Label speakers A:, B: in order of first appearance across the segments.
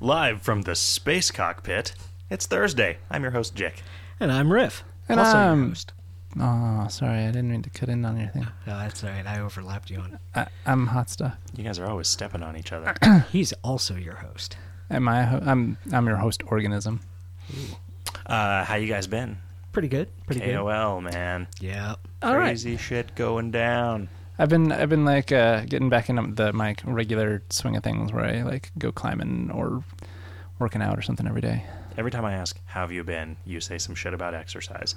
A: Live from the space cockpit, it's Thursday. I'm your host, Jake.
B: And I'm Riff.
C: And
B: also your
C: I'm-
B: host.
C: Oh, sorry, I didn't mean to cut in on your thing.
B: No, that's all right. I overlapped you on it.
C: I, I'm hot stuff.
A: You guys are always stepping on each other.
B: He's also your host.
C: Am I? a Ho- I'm I'm your host organism.
A: Uh, how you guys been?
B: Pretty good. Pretty good.
A: KOL, man.
B: Yeah.
C: All right.
A: Crazy shit going down.
C: I've been I've been like uh, getting back into the my regular swing of things where I like go climbing or working out or something every day.
A: Every time I ask, how have you been? You say some shit about exercise.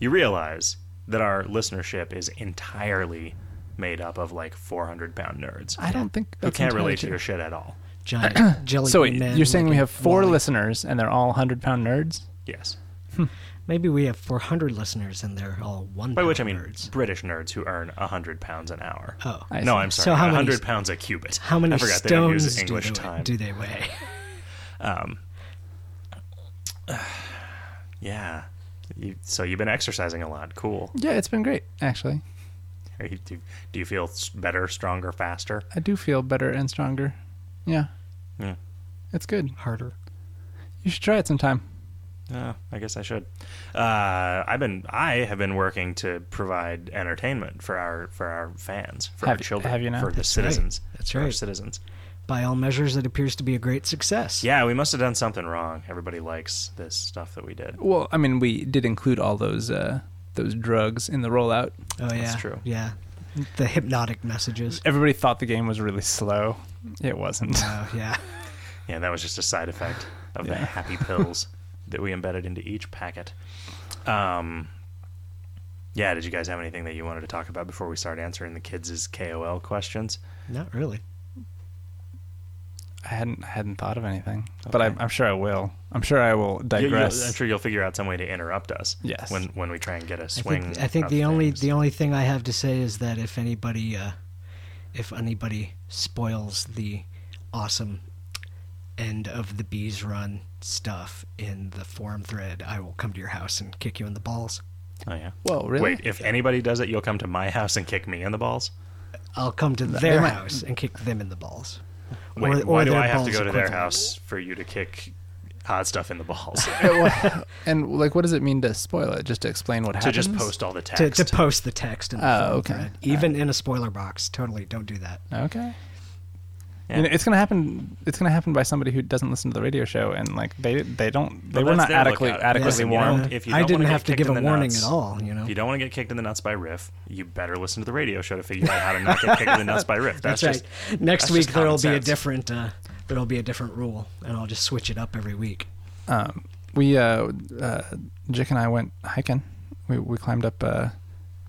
A: You realize that our listenership is entirely made up of like 400 pound nerds
C: I don't think
A: who
C: that's
A: can't
C: entirely
A: relate to
C: true.
A: your shit at all.
B: Giant jelly
C: So wait,
B: bean man.
C: you're saying we
B: looking
C: have four
B: wallet.
C: listeners and they're all hundred pound nerds?
A: Yes.
B: Maybe we have 400 listeners and they're all one.
A: By which I mean
B: nerds.
A: British nerds who earn 100 pounds an hour.
B: Oh.
C: I
A: no,
C: see.
A: I'm sorry.
B: So how many-
A: 100 pounds a cubit.
B: How many
A: I forgot they don't
B: stones
A: use English
B: do, they,
A: time.
B: do they weigh?
A: Yeah. You, so you've been exercising a lot. Cool.
C: Yeah, it's been great actually.
A: Are you, do, do you feel s- better, stronger, faster?
C: I do feel better and stronger. Yeah,
A: Yeah.
C: it's good.
B: Harder.
C: You should try it sometime.
A: Uh, I guess I should. Uh, I've been I have been working to provide entertainment for our for our fans, for
C: Have
A: our
C: you-
A: children,
C: have you now?
A: for the
C: That's
B: right.
A: citizens.
B: That's
A: for our
B: right.
A: citizens.
B: By all measures, it appears to be a great success.
A: Yeah, we must have done something wrong. Everybody likes this stuff that we did.
C: Well, I mean, we did include all those uh, those drugs in the rollout.
B: Oh yeah.
A: true.
B: Yeah. The hypnotic messages.
C: Everybody thought the game was really slow. It wasn't.
B: Oh yeah.
A: Yeah, that was just a side effect of the
C: Yeah.
A: happy pills that we embedded into each packet. Um, yeah, did you guys have anything that you wanted to talk about before we start answering the kids' KOL questions?
B: Not really.
C: I hadn't I hadn't thought of anything, but I,
A: Okay.
C: I'm sure I will. I'm sure I will
A: You- you'll-
C: digress.
A: I'm sure you'll figure out some way to interrupt us.
C: Yes.
A: When when we try and get a
B: I
A: swing.
B: think, I think
A: of
B: the only
A: things.
B: the only thing I have to say is that if anybody uh, if anybody spoils the awesome end of the bees run stuff in the forum thread, I will come to your house and kick you in the balls.
A: Oh yeah.
C: Well, really?
A: Wait, if anybody does it, you'll come to my house and kick me in the balls.
B: I'll come to their
C: might-
B: house and kick them in the balls.
A: Wait, why do
B: their
A: I have to
B: balls
A: go to their
B: equivalent.
A: house for you to kick hot stuff in the balls?
C: and like, what does it mean to spoil it? Just to explain what
A: to
C: happens.
A: just post all the
B: To,
A: text.
B: to post the text in the
C: Oh,
B: forum
C: okay.
B: thread, even in a spoiler box. Totally, don't do that.
C: Okay.
A: Yeah.
C: You know, it's gonna happen. It's gonna happen by somebody who doesn't listen to the radio show, and like they they don't they
A: Well,
C: were
A: that's
C: not
A: their
C: adequately
A: lookout.
C: adequately
A: Listen, you
C: warned.
A: don't- if you
B: I
A: don't wanna
B: didn't
A: get
B: have to
A: kicked
B: give
A: in
B: a
A: the
B: warning
A: nuts,
B: at all. You know.
A: If you don't want to get kicked in the nuts by Riff, you better listen to the radio show to figure out how to not get kicked in the nuts by Riff. That's,
B: That's,
A: just
B: right. Next
A: that's
B: week
A: just
B: there will
A: common
B: be a
A: sense.
B: different uh, there will be a different rule, and I'll just switch it up every week.
C: um, we uh, uh, Jake and I went hiking. We we climbed up uh,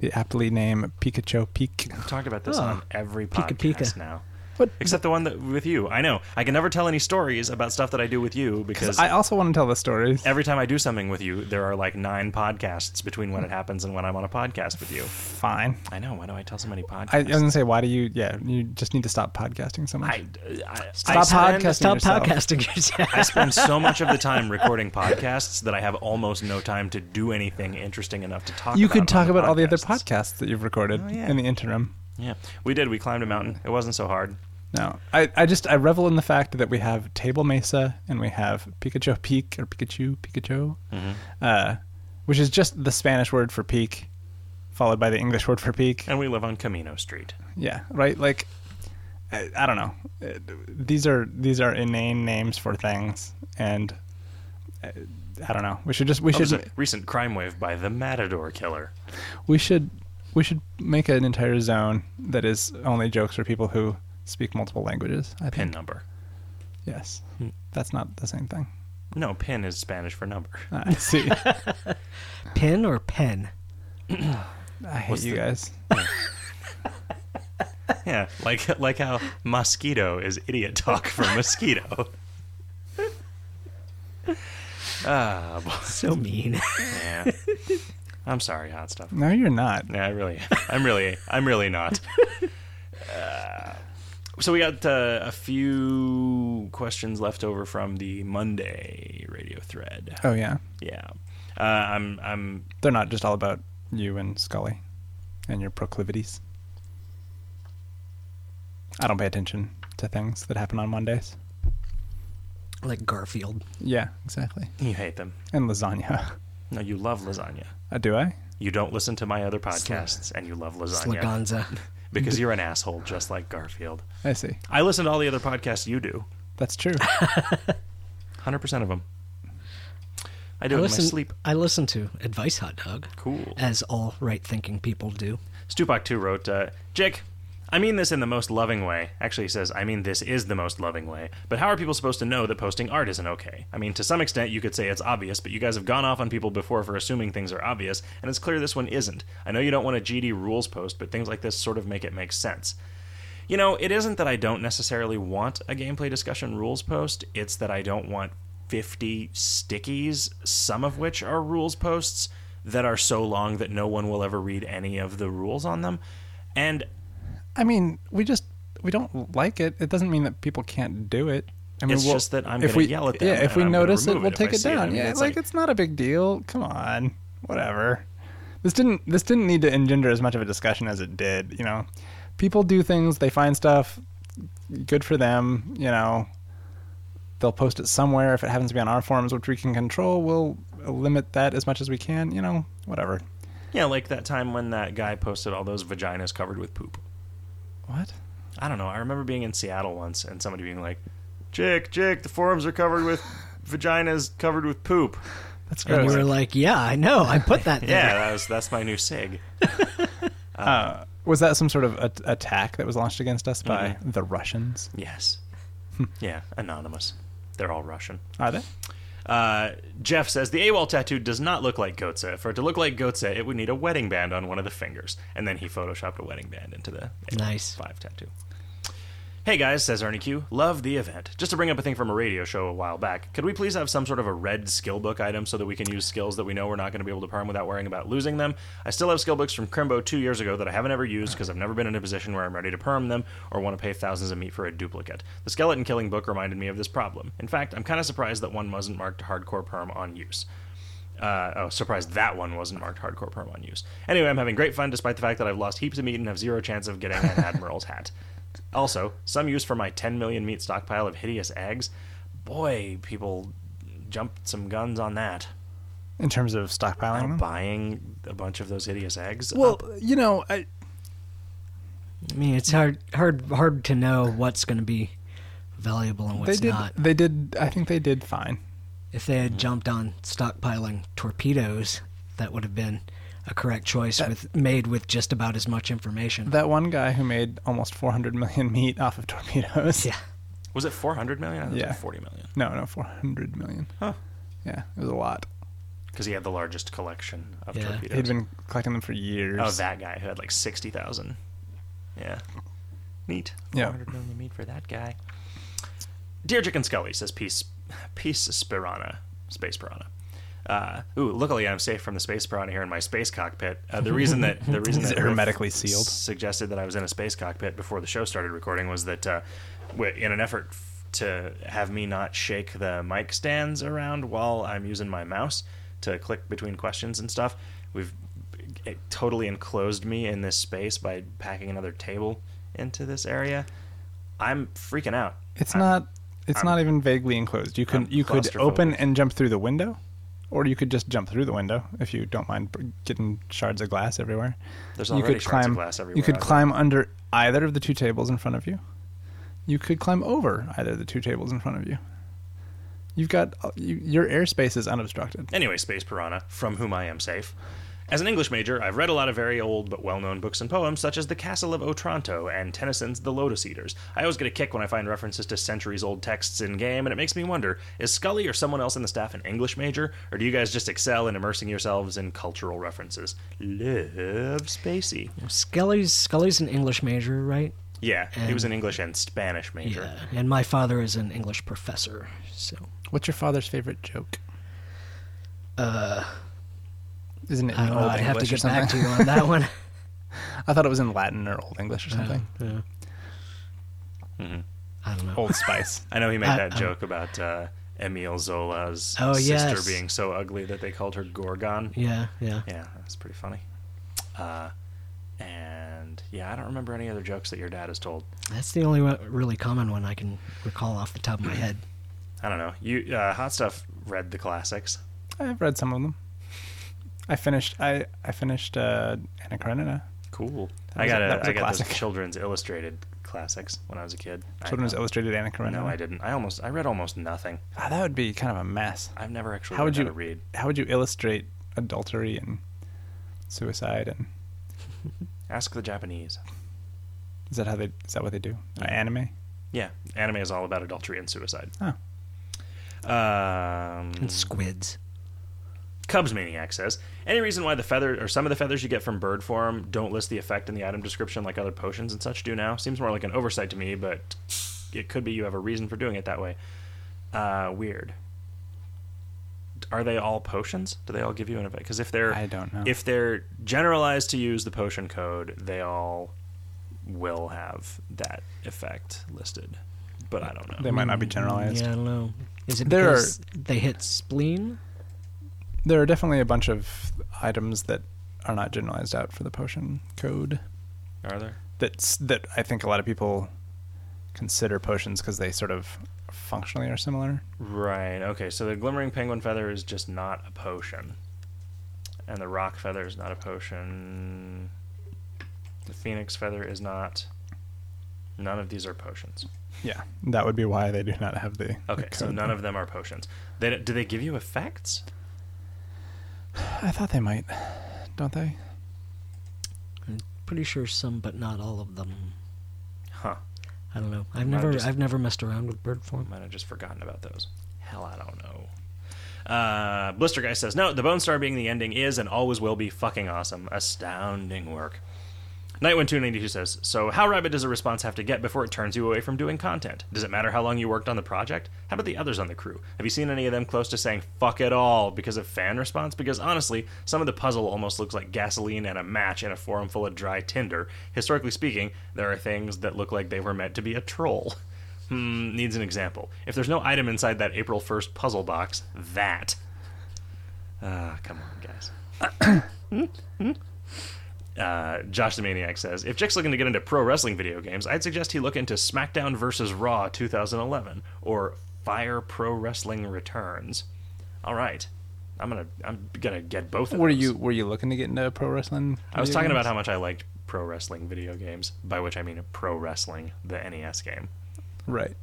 C: the aptly named Pikachu Peak.
A: We've talked about this
B: Oh.
A: on every
B: Pika
A: podcast
B: pika.
A: now.
C: What?
A: Except the one that with you. I know. I can never tell any stories about stuff that I do with you because
C: I also want to tell the stories.
A: every time I do something with you, there are like nine podcasts between when it happens and when I'm on a podcast with you.
C: Fine.
A: I know. Why do I tell so many podcasts?
C: I, I um, was gonna say, why do you? Yeah, you just need to stop podcasting so much.
A: I, I, I
C: Stop
A: spend,
C: podcasting.
B: Stop
C: yourself.
B: podcasting yourself.
A: I spend so much of the time recording podcasts that I have almost no time to do anything interesting enough to talk.
C: you
A: about
C: could talk
A: on
C: about all the other
A: podcasts. Oh,
C: podcasts that you've recorded
A: yeah.
C: in the interim.
A: Yeah, we did. We climbed a mountain. It wasn't so hard.
C: No, I, I just I revel in the fact that we have Table Mesa and we have Pikachu Peak or Pikachu Pikachu,
A: Mm-hmm.
C: uh, which is just the Spanish word for peak, followed by the English word for peak.
A: And we live on Camino Street.
C: Yeah, right. Like, I, I don't know. Uh, These are these are inane names for things, and uh, I don't know. We should just we
A: Oh,
C: should
A: there's a recent crime wave by the Matador Killer.
C: we should we should make an entire zone that is only jokes for people who speak multiple languages. I
A: Pin
C: think
A: number.
C: yes, that's not the same thing.
A: No, pin is Spanish for number.
C: I see.
B: Pin or pen?
C: I hate
A: What's
C: you
A: the-
C: guys.
A: Yeah, like like how mosquito is idiot talk for mosquito. Ah, boy.
B: So mean.
A: yeah. I'm sorry, hot stuff.
C: No, you're not.
A: Yeah, I really, I'm really, I'm really not. Uh, so we got uh, a few questions left over from the Monday radio thread.
C: Oh yeah,
A: Yeah, uh, I'm, I'm,
C: they're not just all about you and Scully and your proclivities. I don't pay attention to things that happen on Mondays.
B: like Garfield.
C: Yeah, exactly.
A: You hate them.
C: And lasagna.
A: No, you love lasagna.
C: Uh, do I?
A: You don't listen to my other podcasts, and you love lasagna
B: Slaganza.
A: because you're an asshole, just like Garfield.
C: I see.
A: I listen to all the other podcasts you do.
C: That's true.
A: Hundred percent of them. I do
B: I
A: it
B: listen,
A: in my sleep.
B: I listen to Advice Hot Dog,
A: Cool.
B: as all right thinking people do.
A: Stupak too wrote, uh, Jake, I mean this in the most loving way. Actually, he says, I mean this is the most loving way. But how are people supposed to know that posting art isn't okay? I mean, to some extent, you could say it's obvious, but you guys have gone off on people before for assuming things are obvious, and it's clear this one isn't. I know you don't want a GD rules post, but things like this sort of make it make sense. You know, it isn't that I don't necessarily want a gameplay discussion rules post, it's that I don't want 50 stickies, some of which are rules posts that are so long that no one will ever read any of the rules on them. And
C: I mean, we just we don't like it. It doesn't mean that people can't do it. I mean,
A: It's
C: we'll-
A: just that I'm
C: if
A: gonna
C: we,
A: yell at them
C: Yeah,
A: and
C: if we
A: I'm gonna
C: notice it,
A: remove
C: we'll
A: it if I
C: take it
A: see it. I
C: down.
A: mean,
C: yeah,
A: it's
C: like,
A: like-
C: it's not a big deal. Come on, whatever. This didn't this didn't need to engender as much of a discussion as it did. You know, people do things. They find stuff. Good for them. You know, they'll post it somewhere. If it happens to be on our forums, which we can control, we'll limit that as much as we can. You know, whatever.
A: yeah, like that time when that guy posted all those vaginas covered with poop.
C: What?
A: I don't know. I remember being in Seattle once and somebody being like, Jake, Jake, the forums are covered with vaginas covered with poop.
C: That's gross.
B: And you were like, yeah, I know. I put that there.
A: Yeah, that was, that's my new SIG.
C: Uh, was that some sort of a- attack that was launched against us by the Russians?
A: Yes. yeah, anonymous. They're all Russian.
C: Are they?
A: Uh, Jeff says the AWOL tattoo does not look like Goetze. For it to look like Goetze, it would need a wedding band on one of the fingers. And then he photoshopped a wedding band into the
B: Nice.
A: five tattoo. Hey guys, says Ernie Q. Love the event. Just to bring up a thing from a radio show a while back, could we please have some sort of a red skill book item so that we can use skills that we know we're not going to be able to perm without worrying about losing them? I still have skill books from Crimbo two years ago that I haven't ever used because I've never been in a position where I'm ready to perm them or want to pay thousands of meat for a duplicate. The skeleton killing book reminded me of this problem. In fact, I'm kind of surprised that one wasn't marked hardcore perm on use. Uh, oh, surprised that one wasn't marked hardcore perm on use. Anyway, I'm having great fun despite the fact that I've lost heaps of meat and have zero chance of getting an admiral's hat. Also, some use for my 10 million meat stockpile of hideous eggs. Boy, people jumped some guns on that.
C: In terms of stockpiling them?
A: Buying a bunch of those hideous eggs. Um,
C: Well,
A: up.
C: you know, I,
B: I mean, it's hard, hard, hard to know what's going to be valuable and
C: they
B: what's
C: did.
B: not.
C: They did. I think they did fine.
B: If they had jumped on stockpiling torpedoes, that would have been a correct choice with made with just about as much information.
C: That one guy who made almost 400 million meat off of torpedoes.
B: yeah.
A: was it 400 million? I thought it was
C: Yeah.
A: like 40 million.
C: No, no, 400 million.
A: Huh.
C: Yeah, it was a lot.
A: Because he had the largest collection of
B: Yeah.
A: torpedoes.
C: He'd been collecting them for years.
A: oh, that guy who had like 60,000. Yeah. Neat.
C: Yeah.
A: 400 million meat for that guy. Dear Chicken Scully says, "Peace, peace, Spirana, space piranha." Uh, ooh, luckily I'm safe from the space piranha here in my space cockpit. Uh, the reason that the reason
C: Is
A: that
C: it
A: Riff
C: hermetically sealed?
A: suggested that I was in a space cockpit before the show started recording was that uh, w- in an effort f- to have me not shake the mic stands around while I'm using my mouse to click between questions and stuff, we've it totally enclosed me in this space by packing another table into this area. I'm freaking out.
C: It's
A: I'm-
C: not. It's
A: I'm-
C: not even vaguely enclosed. You
A: I'm
C: could you could open
A: claustrophobic.
C: and jump through the window, or you could just jump through the window if you don't mind b- getting shards of glass everywhere.
A: There's
C: you
A: already
C: could
A: shards of
C: climb.
A: glass everywhere,
C: you could
A: aren't there?
C: climb under either of the two tables in front of you. You could climb over either of the two tables in front of you. You've got uh, you, your airspace is unobstructed.
A: Anyway, Space Piranha, from whom I am safe. As an English major, I've read a lot of very old but well known books and poems, such as The Castle of Otranto and Tennyson's The Lotus Eaters. I always get a kick when I find references to centuries old texts in game, and it makes me wonder is Scully or someone else in the staff an English major, or do you guys just excel in immersing yourselves in cultural references? Love Spacey.
B: Scully's Scully's an English major, right?
A: Yeah, he was
B: And-
A: an English and Spanish major.
B: And my father is an English professor, so
C: What's your father's favorite joke?
B: uh,
C: Isn't it in
B: I don't know.
C: Old
B: I'd
C: English
B: have to
C: or
B: get
C: something?
B: back to you on that one.
C: I thought it was in Latin or Old English or something. Mm-hmm.
B: Yeah. Um, I don't know.
C: Old Spice.
A: I know he made
B: I-
A: that
B: I'm-
A: joke about uh, Emile Zola's
B: um, Oh,
A: sister
B: yes.
A: being so ugly that they called her Gorgon.
B: Yeah, yeah.
A: Yeah, that's pretty funny. Uh, and yeah, I don't remember any other jokes that your dad has told.
B: That's the only one, really common one I can recall off the top of my head.
A: I don't know. You uh, hot stuff read the classics.
C: I've read some of them. I finished. I I finished uh, Anna Karenina.
A: Cool.
C: That
A: I
C: was a-
A: got
C: that
A: a,
C: was
A: I
C: a
A: got those
C: classic.
A: children's illustrated classics when I was a kid. I
C: Children's
A: know.
C: Illustrated Anna Karenina.
A: No, I didn't. I almost I read almost nothing.
C: Ah, that would be kind of a mess.
A: I've never actually
C: How would
A: learned
C: you-
A: to read.
C: How would you illustrate adultery and suicide? And
A: Ask the Japanese.
C: is that how they? Is that what they do? Uh, anime.
A: Yeah, anime is all about adultery and suicide.
C: Oh.
A: Um,
C: Mm.
B: and squids.
A: Cubs Maniac says, any reason why the feather or some of the feathers you get from bird form don't list the effect in the item description like other potions and such do now? Seems more like an oversight to me, but it could be you have a reason for doing it that way. Uh, weird. Are they all potions? Do they all give you an effect? Because if they're
C: I don't know.
A: if they're generalized to use the potion code, they all will have that effect listed. But I don't know.
C: They might not be generalized.
B: Yeah, I don't know. Is it
C: There are-
B: because they hit spleen?
C: There are definitely a bunch of items that are not generalized out for the potion code.
A: Are there?
C: That's that I think a lot of people consider potions because they sort of functionally are similar.
A: Right. Okay. So the glimmering penguin feather is just not a potion, and the rock feather is not a potion. The phoenix feather is not. None of these are potions.
C: Yeah, that would be why they do not have the. the
A: Okay, so
C: code.
A: none of them are potions. They, do they give you effects?
C: I thought they might, don't they?
B: Pretty sure some, but not all of them.
A: Huh.
B: I don't know. I've
A: Might have
B: never,
A: just-
B: I've never messed around with bird form.
A: Might have just forgotten about those. Hell, I don't know. Uh, Blister Guy says, no, the Bone Star being the ending is and always will be fucking awesome. Astounding work. Nightwind292 says, so how rabid does a response have to get before it turns you away from doing content? Does it matter how long you worked on the project? How about the others on the crew? Have you seen any of them close to saying fuck it all because of fan response? Because honestly, some of the puzzle almost looks like gasoline and a match in a forum full of dry tinder. Historically speaking, there are things that look like they were meant to be a troll. Hmm, needs an example. If there's no item inside that April 1st puzzle box, that. Ah, come on, guys. Hmm? Hmm? Uh, Josh the Maniac says, if Jick's looking to get into pro wrestling video games, I'd suggest he look into SmackDown vs. Raw 2011 or Fire Pro Wrestling Returns. All right, I'm gonna I'm gonna get both. of
C: Were
A: those.
C: you were you looking to get into pro wrestling?
A: I was
C: video
A: talking
C: games?
A: about how much I liked pro wrestling video games, by which I mean pro wrestling, the NES game.
C: right.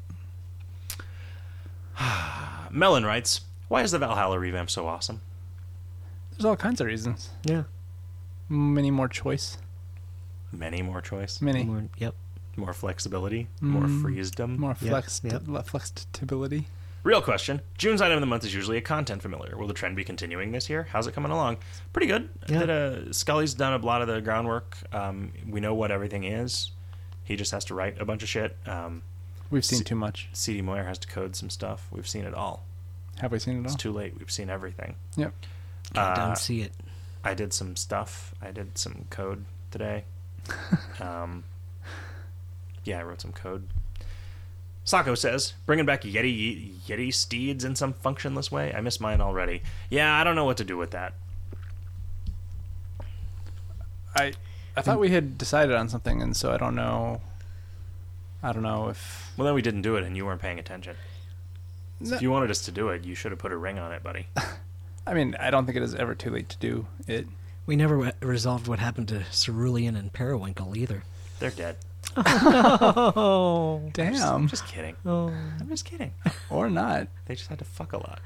A: Uh, Melon writes, Why is the Valhalla revamp so awesome?
C: There's all kinds of reasons.
B: Yeah.
C: Many more choice.
A: Many more choice,
C: Many
B: More- yep.
A: more flexibility, more
C: mm,
A: freedom.
C: more
B: Yeah,
C: flex
B: yeah.
C: flexibility.
A: Real question. June's item of the month is usually a content familiar. Will the trend be continuing this year? How's it coming along? Pretty good.
B: Yeah.
A: Did, uh, Scully's done a lot of the groundwork. Um, we know what everything is. He just has to write a bunch of shit. Um,
C: We've seen
A: See-
C: too much.
A: CD Moyer has to code some stuff. We've seen it all.
C: Have we seen it all?
A: It's too late. We've seen everything.
C: yep.
B: I
A: Uh,
B: don't see it.
A: I did some stuff. I did some code today. um, yeah, I wrote some code. Sako says, bringing back Yeti Yeti steeds in some functionless way. I missed mine already. Yeah, I don't know what to do with that.
C: I I thought we had decided on something, and so I don't know. I don't know if
A: Well, then we didn't do it, and you weren't paying attention.
C: No.
A: If you wanted us to do it, you should have put a ring on it, buddy.
C: I mean I don't think it is ever too late to do it.
B: We never re- resolved what happened to Cerulean and Periwinkle either.
A: They're dead.
B: Oh.
A: I'm
C: Damn,
A: just kidding.
B: Oh.
A: I'm just kidding.
C: or not.
A: They just had to fuck a lot.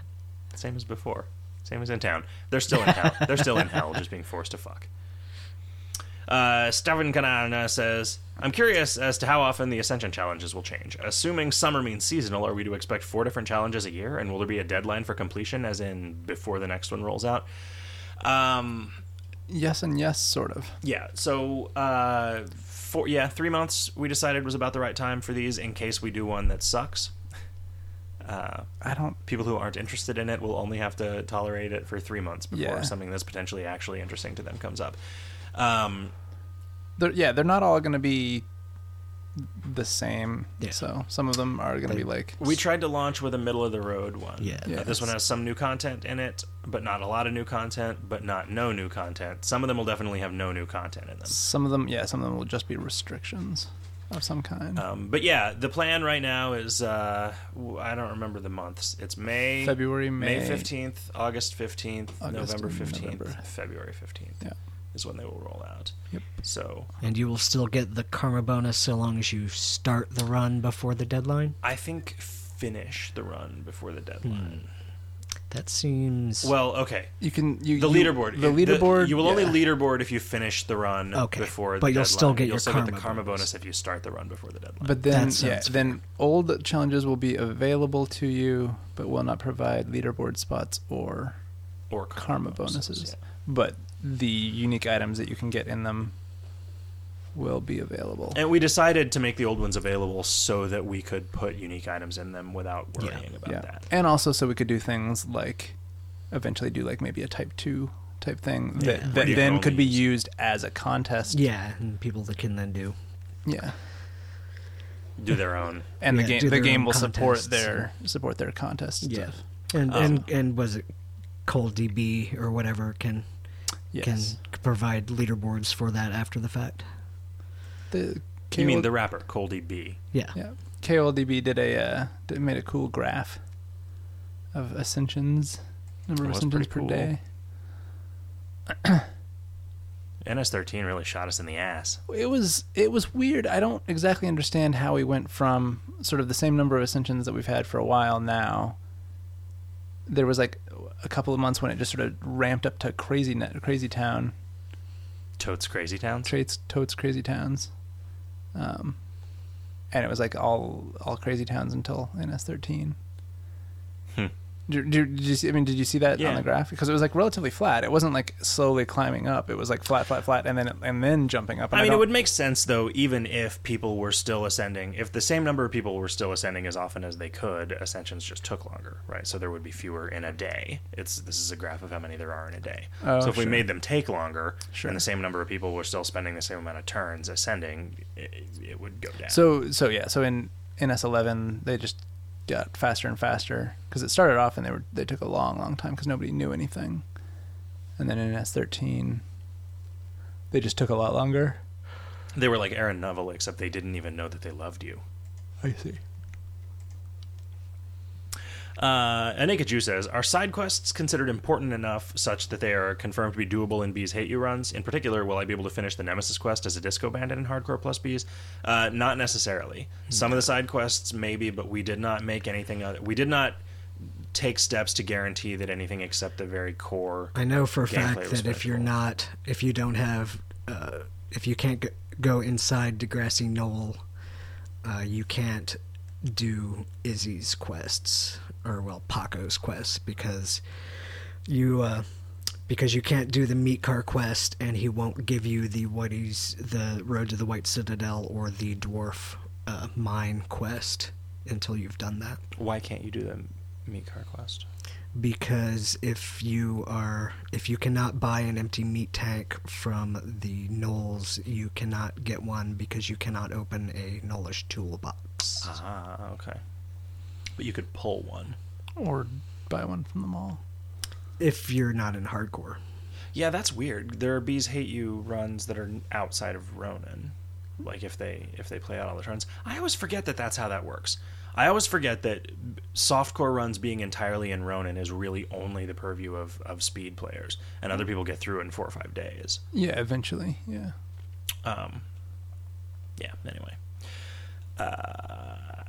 A: Same as before. Same as in town. They're still in hell. They're still in hell, just being forced to fuck. Uh, Stavin Kanana says, I'm curious as to how often the Ascension challenges will change. Assuming summer means seasonal, are we to expect four different challenges a year? And will there be a deadline for completion, as in before the next one rolls out? Um,
C: Yes and yes, sort of.
A: yeah, so uh, four, yeah, three months we decided was about the right time for these in case we do one that sucks. Uh,
C: I don't.
A: people who aren't interested in it will only have to tolerate it for three months before
C: Yeah.
A: something that's potentially actually interesting to them comes up. Um,
C: They're, yeah, they're not all going to be the same.
B: Yeah.
C: So some of them are going to be like
A: we tried to launch with a middle of the road one.
B: Yeah.
A: Uh, this one has some new content in it, but not a lot of new content, but not no new content. Some of them will definitely have no new content in them.
C: Some of them, yeah, some of them will just be restrictions. of some kind.
A: Um, but yeah, the plan right now is uh, w- I don't remember the months. It's May,
C: February, May.
A: fifteenth, August fifteenth,
C: August
A: November
C: and
A: fifteenth,
C: November.
A: February fifteenth.
C: Yeah.
A: is when they will roll out.
C: Yep.
A: So
B: And you will still get the karma bonus so long as you start the run before the deadline.
A: I think finish the run before the deadline.
B: That seems
A: Well, okay.
C: You can you
A: The
C: you-
A: leaderboard.
C: The
A: It-
C: leaderboard.
A: you will only
C: yeah.
A: leaderboard if you finish the run
B: Okay,
A: before the
B: but you'll
A: deadline.
B: still get
A: you'll
B: your
A: still get the
B: karma
A: karma bonus
B: bonus.
A: if you start the run before the deadline.
C: But then,
B: That
C: yeah,
B: sounds
C: then old challenges will be available to you, but will not provide leaderboard spots or
A: or
C: karma bonuses.
A: yeah.
C: But the unique items that you can get in them will be available.
A: And we decided to make the old ones available so that we could put unique items in them without
B: Yeah.
A: worrying about
C: yeah,
A: that.
C: and also so we could do things like eventually do like maybe a type two type thing that,
B: Yeah.
C: that
A: Yeah.
C: then
A: Only
C: could be used as a contest.
B: yeah, and people that can then do
C: yeah.
A: Do their own.
C: And the
B: Yeah,
C: game
B: do
C: the
B: their
C: game
B: own
C: will support
B: contests
C: their support their contest and
B: yeah,
C: stuff.
B: and
A: Um,
B: and and was it Cold DB or whatever can
C: Yes.
B: can provide leaderboards for that after the fact.
C: the
A: you mean
C: KOL
A: the rapper Coldy B?
B: Yeah,
C: Yeah, KLDB did a uh, did, made a cool graph of ascensions, number
A: Oh,
C: of
A: that's
C: ascensions
A: pretty
C: per
A: cool.
C: day.
A: NS13 really shot us in the ass.
C: It was it was weird. I don't exactly understand how we went from sort of the same number of ascensions that we've had for a while now. There was like a couple of months when it just sort of ramped up to crazy net, crazy town
A: Totes Crazy Towns.
C: traits, totes, crazy towns, um, and it was like all all crazy towns until NS thirteen.
A: Hmm.
C: Did, did, did you see, I mean, did you see that on
A: Yeah.
C: the graph? Because it was like relatively flat. It wasn't like slowly climbing up. It was like flat, flat, flat, and then and then jumping up. And
A: I mean, it
C: don't-
A: would make sense though, even if people were still ascending, if the same number of people were still ascending as often as they could, ascensions just took longer, right? So there would be fewer in a day. It's this is a graph of how many there are in a day.
C: Oh,
A: so if we
C: sure.
A: made them take longer,
C: Sure.
A: and the same number of people were still spending the same amount of turns ascending, it, it would go down.
C: So so yeah. So in NS eleven, they just got faster and faster because it started off and they were they took a long, long time because nobody knew anything, and then in NS thirteen, they just took a lot longer.
A: they were like Aaron Neville, except they didn't even know that they loved you.
C: I see.
A: Uh, Anika Ju says, Are side quests considered important enough such that they are confirmed to be doable in Bees Hate You runs? In particular, will I be able to finish the Nemesis quest as a disco bandit in Hardcore Plus Bees? Uh, not necessarily. Some of the side quests, maybe, but we did not make anything other. We did not take steps to guarantee that anything except the very core.
B: I know for a
A: Gameplay was
B: fact that if you're
A: faithful.
B: not, if you don't have, uh, if you can't g- go inside Degrassi Knoll, uh, you can't do Izzy's quests or well Paco's quests because you uh, because you can't do the meat car quest and he won't give you the Whitey's the Road to the White Citadel or the Dwarf uh, Mine quest until you've done that
A: Why can't you do the meat car quest?
B: because if you are if you cannot buy an empty meat tank from the Knolls, you cannot get one because you cannot open a Knollish toolbox.
A: Ah, okay. But you could pull one.
C: Or buy one from the mall.
B: If you're not in hardcore,
A: Yeah, that's weird. There are bees hate you runs that are outside of Ronin. Like if they if they play out all the turns, I always forget that that's how that works. I always forget that b- softcore runs being entirely in Ronin is really only the purview of, of speed players, and other people get through it in four or five days.
C: Yeah, eventually. Yeah.
A: Um, yeah, anyway. Uh,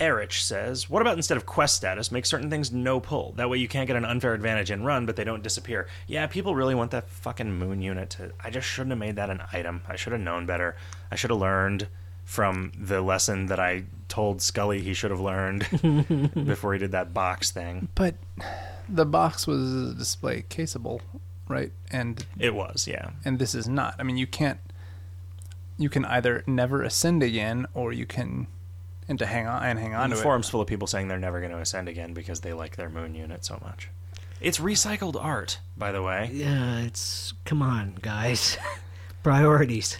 A: Erich says, What about instead of quest status, make certain things no pull? That way you can't get an unfair advantage and run, but they don't disappear. Yeah, people really want that fucking moon unit to. I just shouldn't have made that an item. I should have known better. I should have learned from the lesson that I told Scully he should have learned before he did that box thing.
C: But the box was display caseable, right? And
A: It was, yeah.
C: and this is not. I mean, you can't you can either never ascend again or you can and to hang on and hang on
A: The
C: to
A: forums full of people saying they're never going to ascend again because they like their moon unit so much. It's recycled art, by the way.
B: yeah, it's come on, guys, priorities.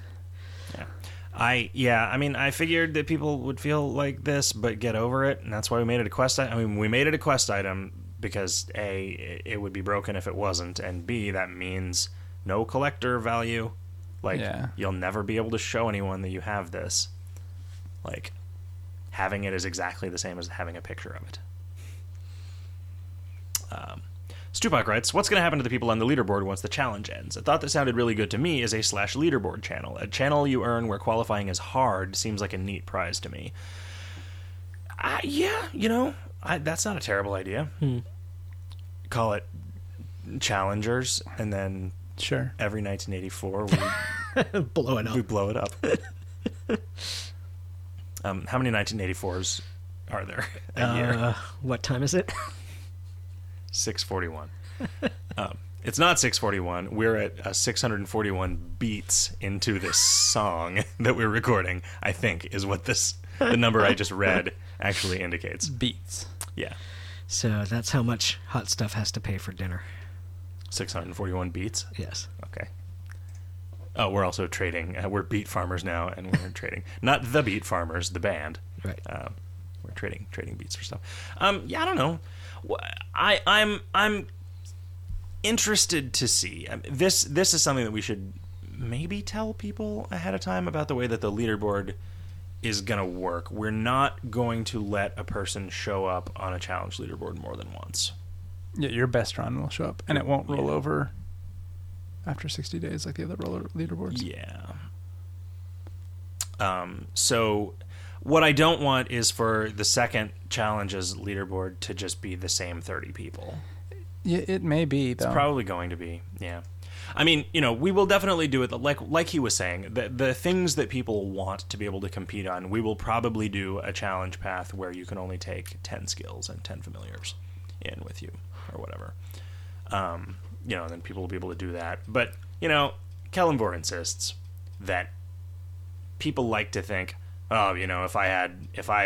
A: Yeah. I yeah, I mean, I figured that people would feel like this, but get over it, and that's why we made it a quest. I-, I mean, we made it a quest item because a it- it would be broken if it wasn't, and b that means no collector value. Like
C: Yeah.
A: you'll never be able to show anyone that you have this. Like having it is exactly the same as having a picture of it. Stupak writes, What's going to happen to the people on the leaderboard once the challenge ends? A thought that sounded really good to me is a slash leaderboard channel. A channel you earn where qualifying is hard seems like a neat prize to me. I, yeah, you know, I, that's not a terrible idea. Call it Challengers, and then
C: Sure.
A: every 1984 we,
B: Blow it
A: we
B: up.
A: blow it up. um, how many 1984s are there a year?
B: Uh, what time is it?
A: 641. um, it's not 641. We're at uh, 641 beats into this song that we're recording, I think, is what this, the number I just read actually indicates.
C: Beats.
A: Yeah.
B: So that's how much hot stuff has to pay for dinner.
A: 641 beats.
B: Yes.
A: Okay. Oh, we're also trading. Uh, we're beat farmers now, and we're trading. Not the beat farmers, the band.
B: Right.
A: Um, we're trading trading beats for stuff. Um, yeah, I don't know. Wh- I I'm I'm interested to see um, this. This is something that we should maybe tell people ahead of time about the way that the leaderboard is going to work. We're not going to let a person show up on a challenge leaderboard more than once.
C: Yeah, your best run will show up, and it won't roll
A: Yeah.
C: over after 60 days like the other roller leaderboards.
A: Yeah. Um, so what I don't want is for the second challenges leaderboard to just be the same 30 people.
C: Yeah, it may be though.
A: Probably going to be. Yeah. I mean, you know, we will definitely do it like like he was saying, the the things that people want to be able to compete on, we will probably do a challenge path where you can only take 10 skills and 10 familiars in with you or whatever. Um, you know, and then people will be able to do that. But, you know, Kellenbor insists that people like to think, oh, you know, if I had, if I,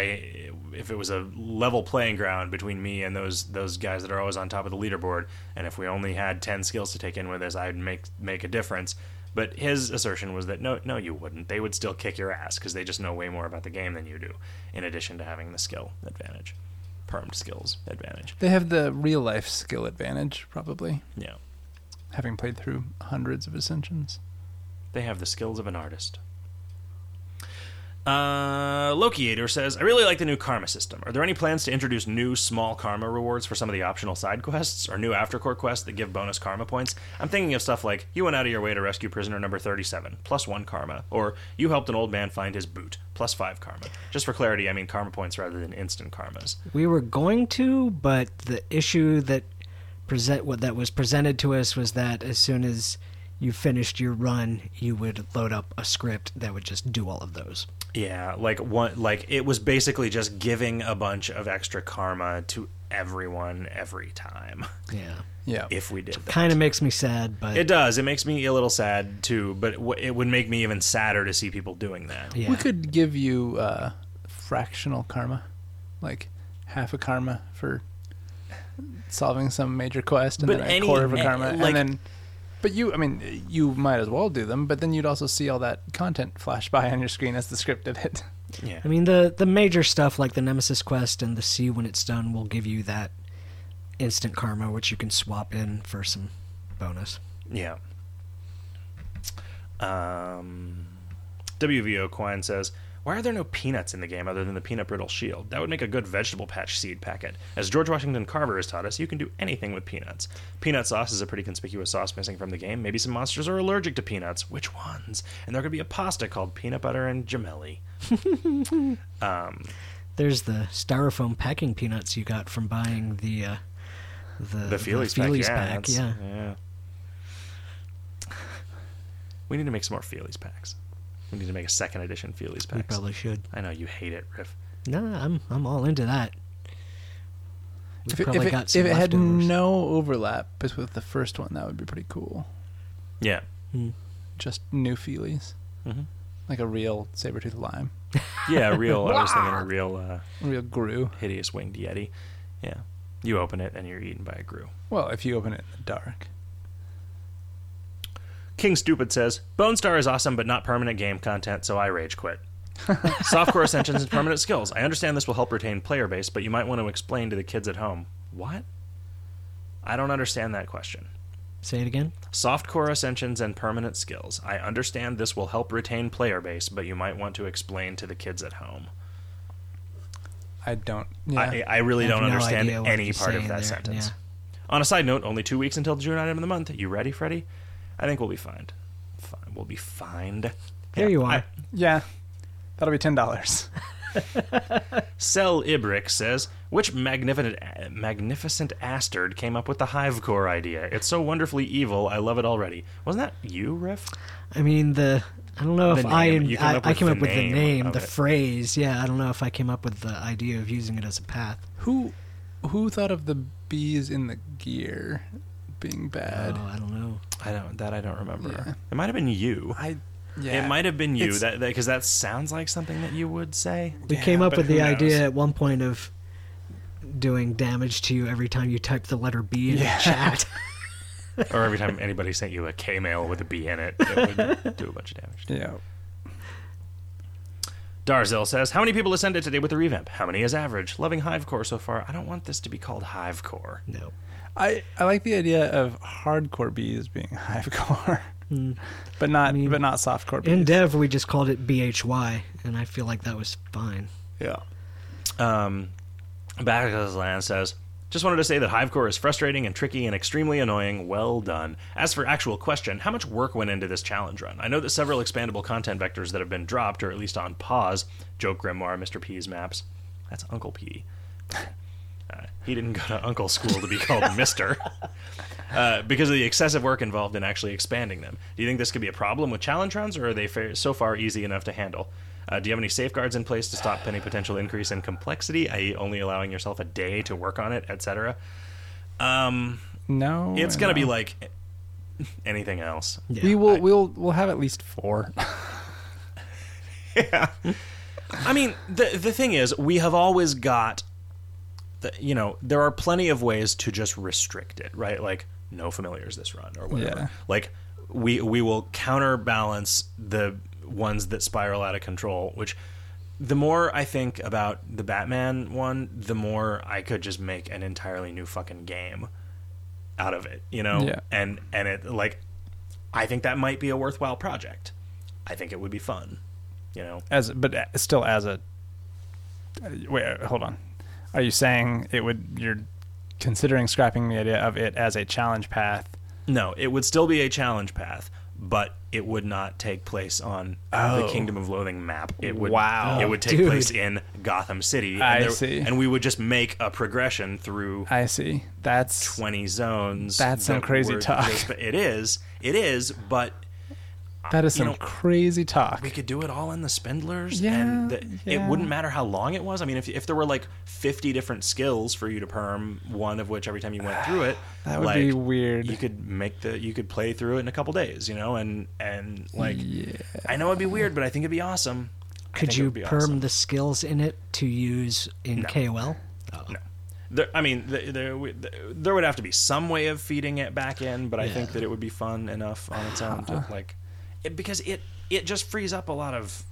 A: if it was a level playing ground between me and those those guys that are always on top of the leaderboard, and if we only had ten skills to take in with us, I'd make make a difference. But his assertion was that no, no, you wouldn't. They would still kick your ass because they just know way more about the game than you do. In addition to having the skill advantage, permed skills advantage.
C: They have the real life skill advantage, probably,
A: Yeah,
C: having played through hundreds of ascensions.
A: they have the skills of an artist. Uh, Lokiator says, I really like the new karma system. Are there any plans to introduce new small karma rewards for some of the optional side quests or new aftercore quests that give bonus karma points? I'm thinking of stuff like, you went out of your way to rescue prisoner number 37, plus one karma, or you helped an old man find his boot, plus five karma. Just for clarity, I mean karma points rather than instant karmas.
B: We were going to, but the issue that present what that was presented to us was that as soon as you finished your run, you would load up a script that would just do all of those.
A: Yeah, like one, like it was basically just giving a bunch of extra karma to everyone every time.
B: Yeah.
C: Yeah.
A: If we did that.
B: Kind of makes me sad, but
A: It does. It makes me a little sad too, but it, w- it would make me even sadder to see people doing that.
B: yeah.
C: We could give you uh, fractional karma, like half a karma for solving some major quest, and
A: But
C: then a
A: any-
C: quarter of a
A: eh,
C: karma,
A: like-
C: and then. But you, I mean, you might as well do them. But then you'd also see all that content flash by on your screen as the script did it.
A: Yeah.
B: I mean the the major stuff like the Nemesis quest and the sea when it's done will give you that instant karma which you can swap in for some bonus.
A: Yeah. Um, WVO Quine says, Why are there no peanuts in the game other than the peanut brittle shield? That would make a good vegetable patch seed packet. As George Washington Carver has taught us, you can do anything with peanuts. Peanut sauce is a pretty conspicuous sauce missing from the game. Maybe some monsters are allergic to peanuts. Which ones? And there could be a pasta called peanut butter and gemelli.
B: There's the styrofoam packing peanuts you got from buying the uh, the
A: the Feelies,
B: Feelies
A: pack, yeah,
B: yeah.
A: that's- yeah. We need to make some more Feelies packs. We need to make a second edition Feelies
B: We
A: packs.
B: probably should.
A: I know you hate it, Riff.
B: No, I'm I'm all into that. We've
C: If it,
B: probably
C: if it-
B: got some
C: if it had
B: leftovers.
C: no overlap with with the first one, that would be pretty cool.
A: Yeah.
C: Just new feelies,
B: Mm-hmm.
A: Mhm.
C: like a real saber tooth lime,
A: Yeah, a real. I was thinking a real uh,
C: a real grew.
A: hideous winged yeti. Yeah. You open it and you're eaten by a grue.
C: Well, if you open it in the dark,
A: King Stupid says, Bone Star is awesome, but not permanent game content, so I rage quit. Softcore ascensions and permanent skills. I understand this will help retain player base, but you might want to explain to the kids at home. What? I don't understand that question.
B: Say it again.
A: Softcore ascensions and permanent skills. I understand this will help retain player base, but you might want to explain to the kids at home.
C: I don't. Yeah.
A: I, I really
B: I have
A: don't
B: no
A: understand
B: idea what
A: any
B: he's
A: part of
B: saying
A: that
B: there,
A: sentence.
B: yeah.
A: On a side note, only two weeks until the June item of the month. You ready, Freddy? I think we'll be fine. Fine. We'll be fined.
B: There you are.
C: yeah. That'll be ten dollars.
A: Sel Ibrick says, "Which magnificent, magnificent astard came up with the hive core idea? It's so wonderfully evil. I love it already. Wasn't that you, Riff?
B: I mean the. I don't know
A: The
B: if I,
A: name. You came
B: I,
A: up
B: I
A: with
B: came
A: the
B: up with the
A: name
B: name,
A: of
B: the
A: it.
B: phrase. Yeah, I don't know if I came up with the idea of using it as a path.
C: Who, who thought of the bees in the gear being bad?
B: Oh, I don't know.
A: I don't. That I don't remember.
C: Yeah.
A: It might have been you.
C: I. Yeah.
A: It might have been you.
C: It's-
A: That because that sounds like something that you would say.
B: We
C: Yeah,
B: came up
C: but
B: with
C: who
B: the
C: knows?
B: idea at one point of doing damage to you every time you type the letter B in the
C: Yeah.
B: chat.
A: or every time anybody sent you a K mail with a B in it, it would do a bunch of damage.
C: Yeah.
A: Darzil says, How many people ascended today with the revamp? How many is average? Loving Hive Core so far. I don't want this to be called Hive Core.
B: no.
C: I, I like the idea of hardcore bees being hivecore, but not
B: Hmm. mean,
C: but not softcore bees.
B: In dev, we just called it BHY, and I feel like that was fine.
C: yeah.
A: Um, Bagazlan says, Just wanted to say that Hive Core is frustrating and tricky and extremely annoying. Well done. As for actual question, how much work went into this challenge run? I know that several expandable content vectors that have been dropped or at least on pause. Joke Grimoire, Mr. P's maps. That's Uncle P. Uh, he didn't go to Uncle School to be called Mister. Uh, because of the excessive work involved in actually expanding them. Do you think this could be a problem with challenge runs, or are they fa- so far easy enough to handle? Uh, do you have any safeguards in place to stop any potential increase in complexity, i.e., only allowing yourself a day to work on it, etc.? Um,
C: No.
A: it's going to be
C: no.
A: like anything else.
B: Yeah.
C: we will we'll we'll have at least four.
A: I mean, the the thing is, we have always got, the, you know, there are plenty of ways to just restrict it, right? Like no familiars this run or whatever.
C: Yeah.
A: Like we we will counterbalance the ones that spiral out of control. Which the more I think about the Batman one, the more I could just make an entirely new fucking game out of it, you know?
C: Yeah.
A: And and it like I think that might be a worthwhile project. I think it would be fun, you know.
C: as but a- still as a uh, wait hold on are you saying it would you're considering scrapping the idea of it as a challenge path
A: No, it would still be a challenge path, but it would not take place on the
C: Oh.
A: Kingdom of Loathing map. It would
C: Wow.
A: it would take
B: Dude.
A: place in Gotham City. And
C: I see.
A: And we would just make a progression through
C: i see that's
A: 20 zones.
C: That's some
A: that
C: crazy
A: were
C: talk.
A: just- it is. It is, but
C: that is
A: uh, you
C: some
A: know,
C: crazy talk
A: we could do it all in the spindlers and
C: Yeah,
A: the, it
C: yeah.
A: wouldn't matter how long it was. I mean, if if there were like 50 different skills for you to perm, one of which every time you went through it,
C: That would
A: like,
C: be weird.
A: You could make the you could play through it in a couple days, you know, and and like I know it'd be weird, but I think it'd be awesome. I
B: Could
A: think it
B: you
A: would be
B: perm
A: awesome.
B: the skills in it to use in KOL?
A: No. There, I mean, th there, w- th there would have to be some way of feeding it back in, but I think
B: Yeah.
A: that it would be fun enough on its own,
C: Uh-uh.
A: to, like, it, because it it just frees up a lot of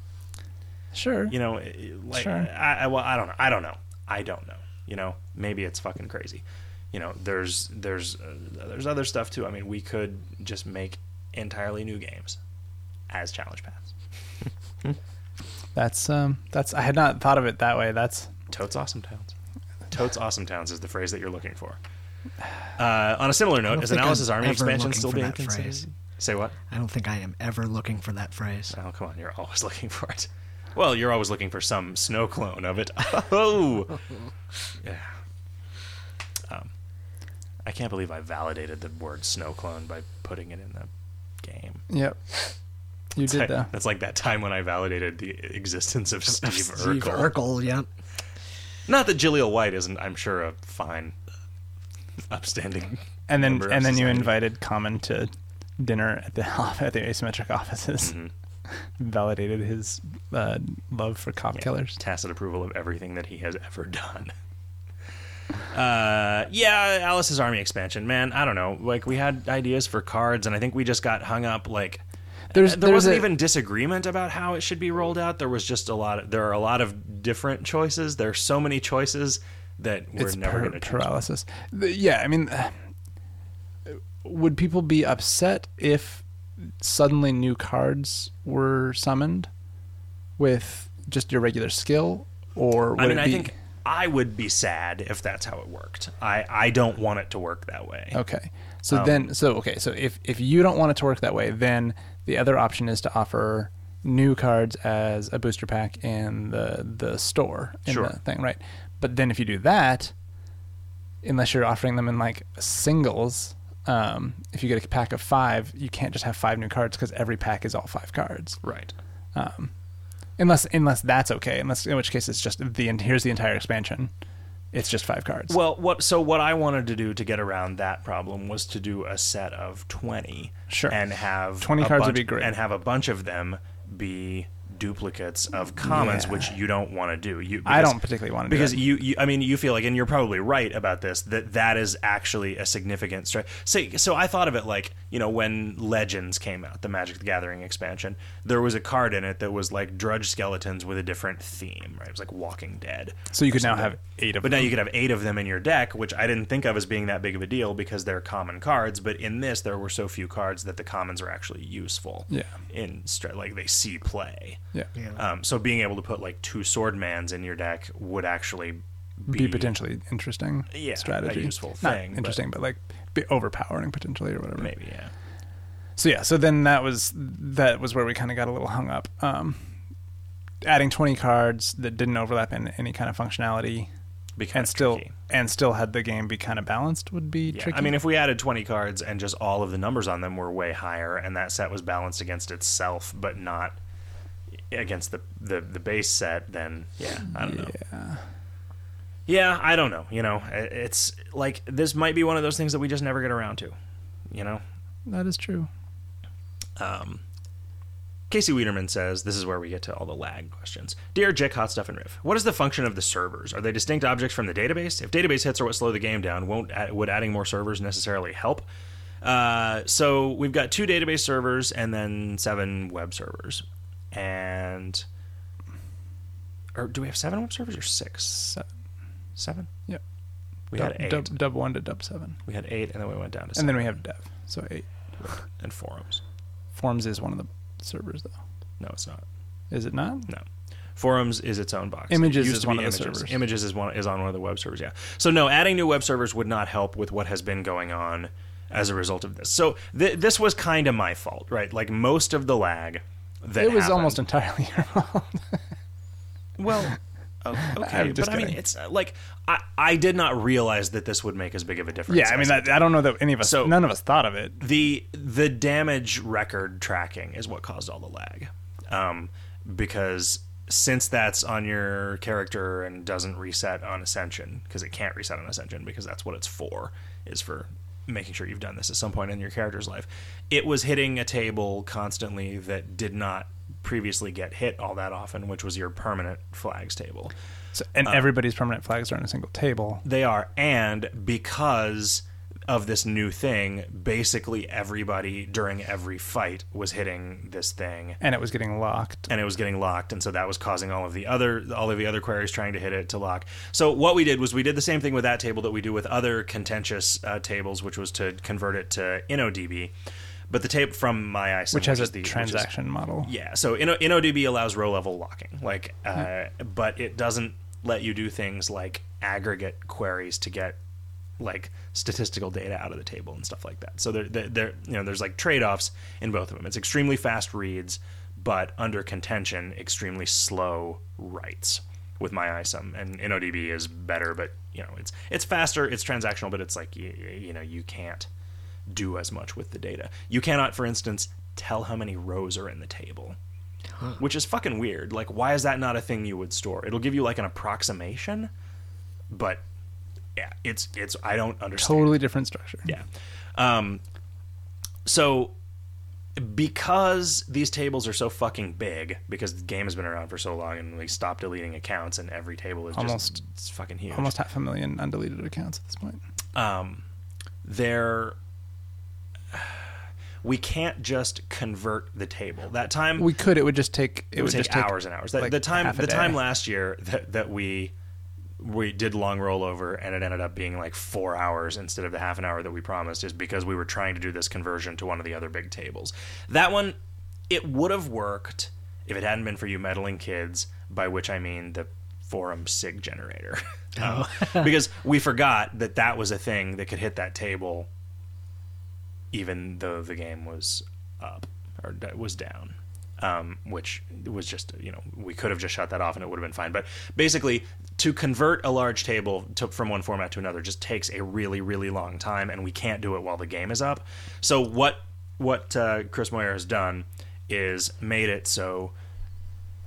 C: sure
A: you know, it- it- like
C: Sure.
A: I, I, well, I don't know. I don't know. I don't know. You know, maybe it's fucking crazy. You know, there's there's uh, there's other stuff too. I mean, we could just make entirely new games as challenge paths.
C: that's um that's i had not thought of it that way that's
A: Totes awesome towns. Totes awesome towns is the phrase that you're looking for. Uh, on a similar note,
B: don't
A: is
B: think
A: analysis
B: I'm
A: army
B: ever
A: expansion
B: looking
A: still
B: for
A: being
B: that
A: considered?
B: phrase.
A: Say what?
B: I don't think I am ever looking for that phrase.
A: Oh, come on. You're always looking for it. Well, you're always looking for some snow clone of it. Oh! Yeah. Um, I can't believe I validated the word snow clone by putting it in the game.
C: yep you did though
A: That's like that time when I validated the existence of Steve,
B: Steve
A: Urkel.
B: Urkel, yeah.
A: Not that Jaleel White isn't, I'm sure, a fine, upstanding.
C: and then
A: member of
C: and then you
A: society.
C: invited common to dinner at the at the asymmetric offices
A: Mm-hmm.
C: validated his uh, love for cop killers
A: tacit approval of everything that he has ever done. Uh, yeah, Alice's army expansion, man. I don't know. Like we had ideas for cards, and I think we just got hung up. Like
C: There's-
A: there
C: there's
A: wasn't
C: a-
A: even disagreement about how it should be rolled out. There was just a lot. Of, there are a lot of different choices. There are so many choices that we're
C: it's
A: never
C: par-
A: going to choose.
C: paralysis. The- yeah, I mean, uh, would people be upset if suddenly new cards were summoned with just your regular skill, or would
A: I mean,
C: it
A: I
C: be?
A: think I would be sad if that's how it worked. I, I don't want it to work that way.
C: Okay. So
A: Um,
C: then, so okay, so if if you don't want it to work that way, then the other option is to offer new cards as a booster pack in the the store in
A: Sure.
C: the thing, right? But then if you do that, unless you're offering them in like singles, um, if you get a pack of five, you can't just have five new cards because every pack is all five cards. Um,
A: Right.
C: Unless unless that's okay, unless in which case it's just the and here's the entire expansion, it's just five cards.
A: Well, what so what I wanted to do to get around that problem was to do a set of twenty,
C: Sure.
A: and have
C: 20
A: a
C: cards
A: bunch-
C: would be great.
A: and have a bunch of them be duplicates of commons,
C: Yeah.
A: which you don't want to do. You
C: I
A: because-
C: don't particularly want to do
A: because
C: that.
A: you, you i mean you feel like and you're probably right about this that that is actually a significant strike so, so i thought of it like you know when legends came out the magic the gathering expansion there was a card in it that was like drudge skeletons with a different theme right it was like walking dead
C: So you could now
A: something.
C: have eight of
A: but now you could have eight of them in your deck which i didn't think of as being that big of a deal because they're common cards but in this there were so few cards that the commons are actually useful
C: Yeah.
A: in stri- like they see play
C: yeah.
B: Yeah.
A: um, so being able to put like two swordmans in your deck would actually be,
C: be potentially interesting
A: Yeah, a
C: strategy,
A: useful
C: Not
A: thing, but-
C: interesting, but, like be overpowering potentially or whatever.
A: maybe yeah.
C: So yeah, so then that was that was where we kind of got a little hung up. Um, adding twenty cards that didn't overlap in any kind of functionality,
A: Be kinda
C: and still
A: tricky.
C: and still had the game be kind of balanced would be
A: Yeah.
C: tricky.
A: I mean, if we added 20 cards and just all of the numbers on them were way higher, and that set was balanced against itself, but not against the the, the base set, then yeah, I don't know. Yeah, I don't know. You know, i- it's like this might be one of those things that we just never get around to. You know,
C: that is true.
A: Casey Wiederman says, this is where we get to all the lag questions. Dear Jick, Hot Stuff, and Riff, what is the function of the servers? Are they distinct objects from the database? If database hits are what slow the game down, won't would adding more servers necessarily help? Uh, so we've got two database servers and then seven web servers. And. Or do we have seven web servers or six?
C: So,
A: Seven?
C: yep.
A: We
C: dub,
A: had eight.
C: dub dub one to dub seven,
A: We had eight, and then we went down to
C: and
A: seven.
C: then we have dev. So eight
A: and forums.
C: forms is one of the servers though.
A: No, it's not.
C: Is it not?
A: No. Forums is its own box.
C: Images
A: It used
C: is
A: to
C: one
A: be
C: of the
A: images.
C: servers.
A: Images is one is on one of the web servers. Yeah. So no, adding new web servers would not help with what has been going on as a result of this. So th- this was kind of my fault, right? Like most of the lag that
C: It was
A: happened-
C: almost entirely your fault.
A: well. o- Okay,
C: I'm
A: but
C: just
A: I mean,
C: kidding.
A: it's uh, like I, I did not realize that this would make as big of a difference.
C: Yeah, I mean,
A: as it
C: that, I don't know that any of us,
A: So-
C: none of us thought of it.
A: the the damage record tracking is what caused all the lag um, because since that's on your character and doesn't reset on ascension because it can't reset on ascension because that's what it's for is for making sure you've done this at some point in your character's life it was hitting a table constantly that did not previously get hit all that often which was your permanent flags table
C: So,
A: Uh,
C: and everybody's permanent flags are on a single table.
A: they are and because of this new thing basically everybody during every fight was hitting this thing
C: And it was getting locked.
A: and it was getting locked and so that was causing all of the other all of the other queries trying to hit it to lock so what we did was we did the same thing with that table that we do with other contentious uh, tables which was to convert it to inodb but the tape from my ISIN,
C: Which has
A: is
C: a
A: the which is-
C: transaction model.
A: yeah, so in InnoDB allows row level locking, like, uh, but it doesn't let you do things like aggregate queries to get like statistical data out of the table and stuff like that. So there, there, there you know, there's like trade offs in both of them. It's extremely fast reads, but under contention, extremely slow writes with my ISOM and InnoDB is better, but you know, it's it's faster, it's transactional, but it's like you, you know, you can't do as much with the data. You cannot, for instance, tell how many rows are in the table, which is fucking weird. Like, why is that not a thing you would store? It'll give you like an approximation, but yeah, it's it's I don't understand.
C: Totally different structure.
A: Yeah. Um, so because these tables are so fucking big, because the game has been around for so long, and we stopped deleting accounts, and every table is
C: Almost-
A: just it's fucking huge.
C: Almost half a million undeleted accounts at this point.
A: um, they're we can't just convert the table. That time
C: We could. It would just take. It,
A: it would take
C: just
A: hours and hours. That,
C: like
A: the time
C: half a
A: the
C: day.
A: time last year that, that we we did long rollover and it ended up being like four hours instead of the half an hour that we promised is because we were trying to do this conversion to one of the other big tables that one it would have worked if it hadn't been for you meddling kids by which i mean the forum sig generator Um,
C: Oh.
A: because we forgot that that was a thing that could hit that table even though the game was up or d- was down, um, which was just you know we could have just shut that off and it would have been fine. But basically, to convert a large table to, from one format to another just takes a really really long time, and we can't do it while the game is up. So what what uh, Chris Moyer has done is made it so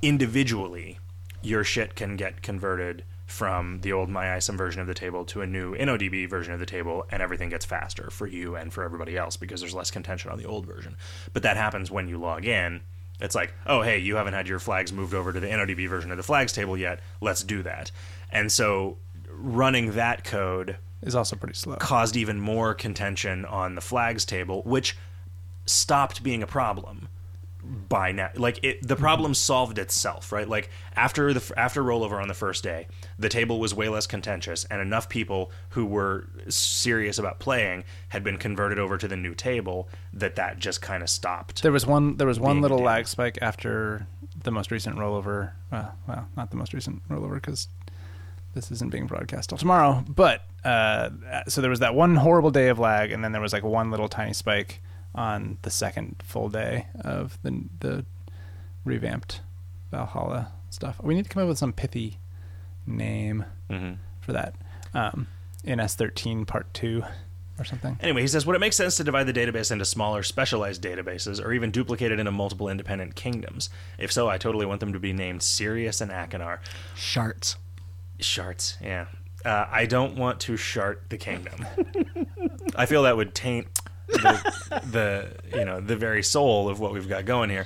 A: individually your shit can get converted from the old MyISOM version of the table to a new InnoDB version of the table, and everything gets faster for you and for everybody else because there's less contention on the old version. But that happens when you log in. It's like, oh, hey, you haven't had your flags moved over to the InnoDB version of the flags table yet. Let's do that. And so running that code
C: Is also pretty slow.
A: caused even more contention on the flags table, which stopped being a problem by now. Like it, the problem solved itself, right? Like after the after rollover on the first day, the table was way less contentious, and enough people who were serious about playing had been converted over to the new table that that just kind of stopped.
C: There was one. There was one
A: Being
C: little
A: a
C: lag spike after the most recent rollover. Well, well, not the most recent rollover because this isn't being broadcast till tomorrow. But uh, so there was that one horrible day of lag, and then there was like one little tiny spike on the second full day of the the revamped Valhalla stuff. We need to come up with some pithy name
A: Mm-hmm.
C: for that. Um, NS13 Part Two or something.
A: Anyway, he says, would it make sense to divide the database into smaller, specialized databases, or even duplicate it into multiple independent kingdoms? If so, I totally want them to be named Sirius and Akinar.
B: Sharts.
A: Sharts, yeah. Uh, I don't want to shart the kingdom. I feel that would taint the, the you know the very soul of what we've got going here.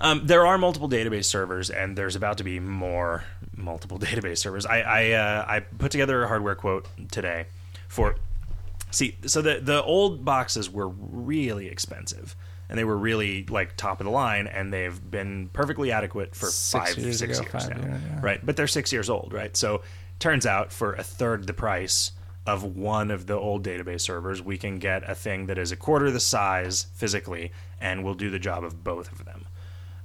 A: Um, there are multiple database servers, and there's about to be more multiple database servers. I I, uh, I put together a hardware quote today for see so the the old boxes were really expensive. And they were really like top of the line, and they've been perfectly adequate for
C: Six
A: five,
C: years
A: six
C: ago,
A: years
C: five
A: now,
C: years, yeah.
A: right? But they're six years old, right? So turns out for a third the price of one of the old database servers, we can get a thing that is a quarter the size physically and will do the job of both of them.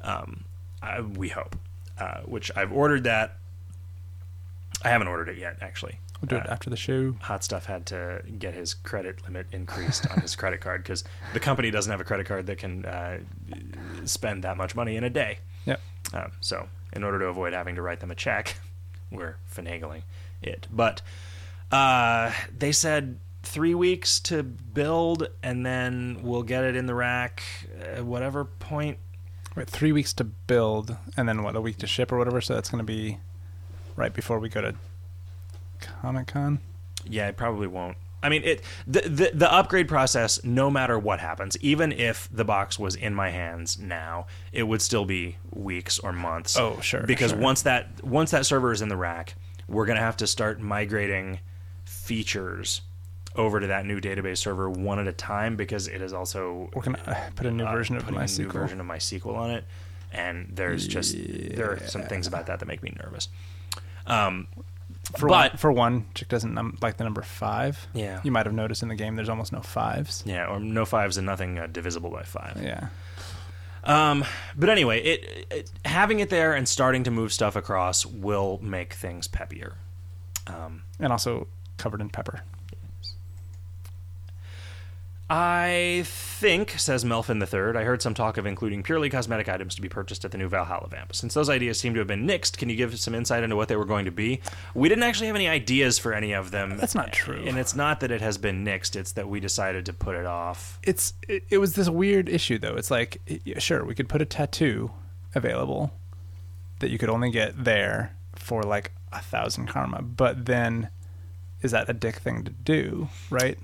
A: Um, I, we hope. Uh, which I've ordered that. I haven't ordered it yet, actually.
C: We'll do
A: Uh,
C: it after the show.
A: Hot Stuff had to get his credit limit increased on his credit card because the company doesn't have a credit card that can uh, spend that much money in a day.
C: Yep.
A: Um, so, in order to avoid having to write them a check, we're finagling it. But uh, they said three weeks to build, and then we'll get it in the rack at whatever point.
C: Right, three weeks to build, and then what a week to ship or whatever. So that's going to be right before we go to Comic Con.
A: Yeah, it probably won't. I mean, it the, the the upgrade process. No matter what happens, even if the box was in my hands now, it would still be weeks or months.
C: Oh, sure,
A: Because
C: sure.
A: once that once that server is in the rack, we're gonna have to start migrating features over to that new database server one at a time because it is also
C: We're going to put a new
A: uh,
C: version of
A: putting a
C: my
A: new version
C: sequel.
A: of MySQL on it, and there's just there are some things about that that make me nervous. Um,
C: For
A: but
C: one, for one, Chick doesn't num- like the number five.
A: Yeah.
C: you might have noticed in the game there's almost no fives.
A: Yeah, or no fives and nothing uh, divisible by five.
C: Yeah,
A: Um, but anyway, it, it having it there and starting to move stuff across will make things peppier. Um,
C: and also covered in pepper.
A: I think, says Melfin III, I heard some talk of including purely cosmetic items to be purchased at the new Valhalla Vamp. Since those ideas seem to have been nixed, can you give some insight into what they were going to be? We didn't actually have any ideas for any of them.
C: That's not true.
A: And it's not that it has been nixed, it's that we decided to put it off.
C: It's it, it was this weird issue though. It's like y- y- sure we could put a tattoo available that you could only get there for like a thousand karma, but then is that a dick thing to do? Right?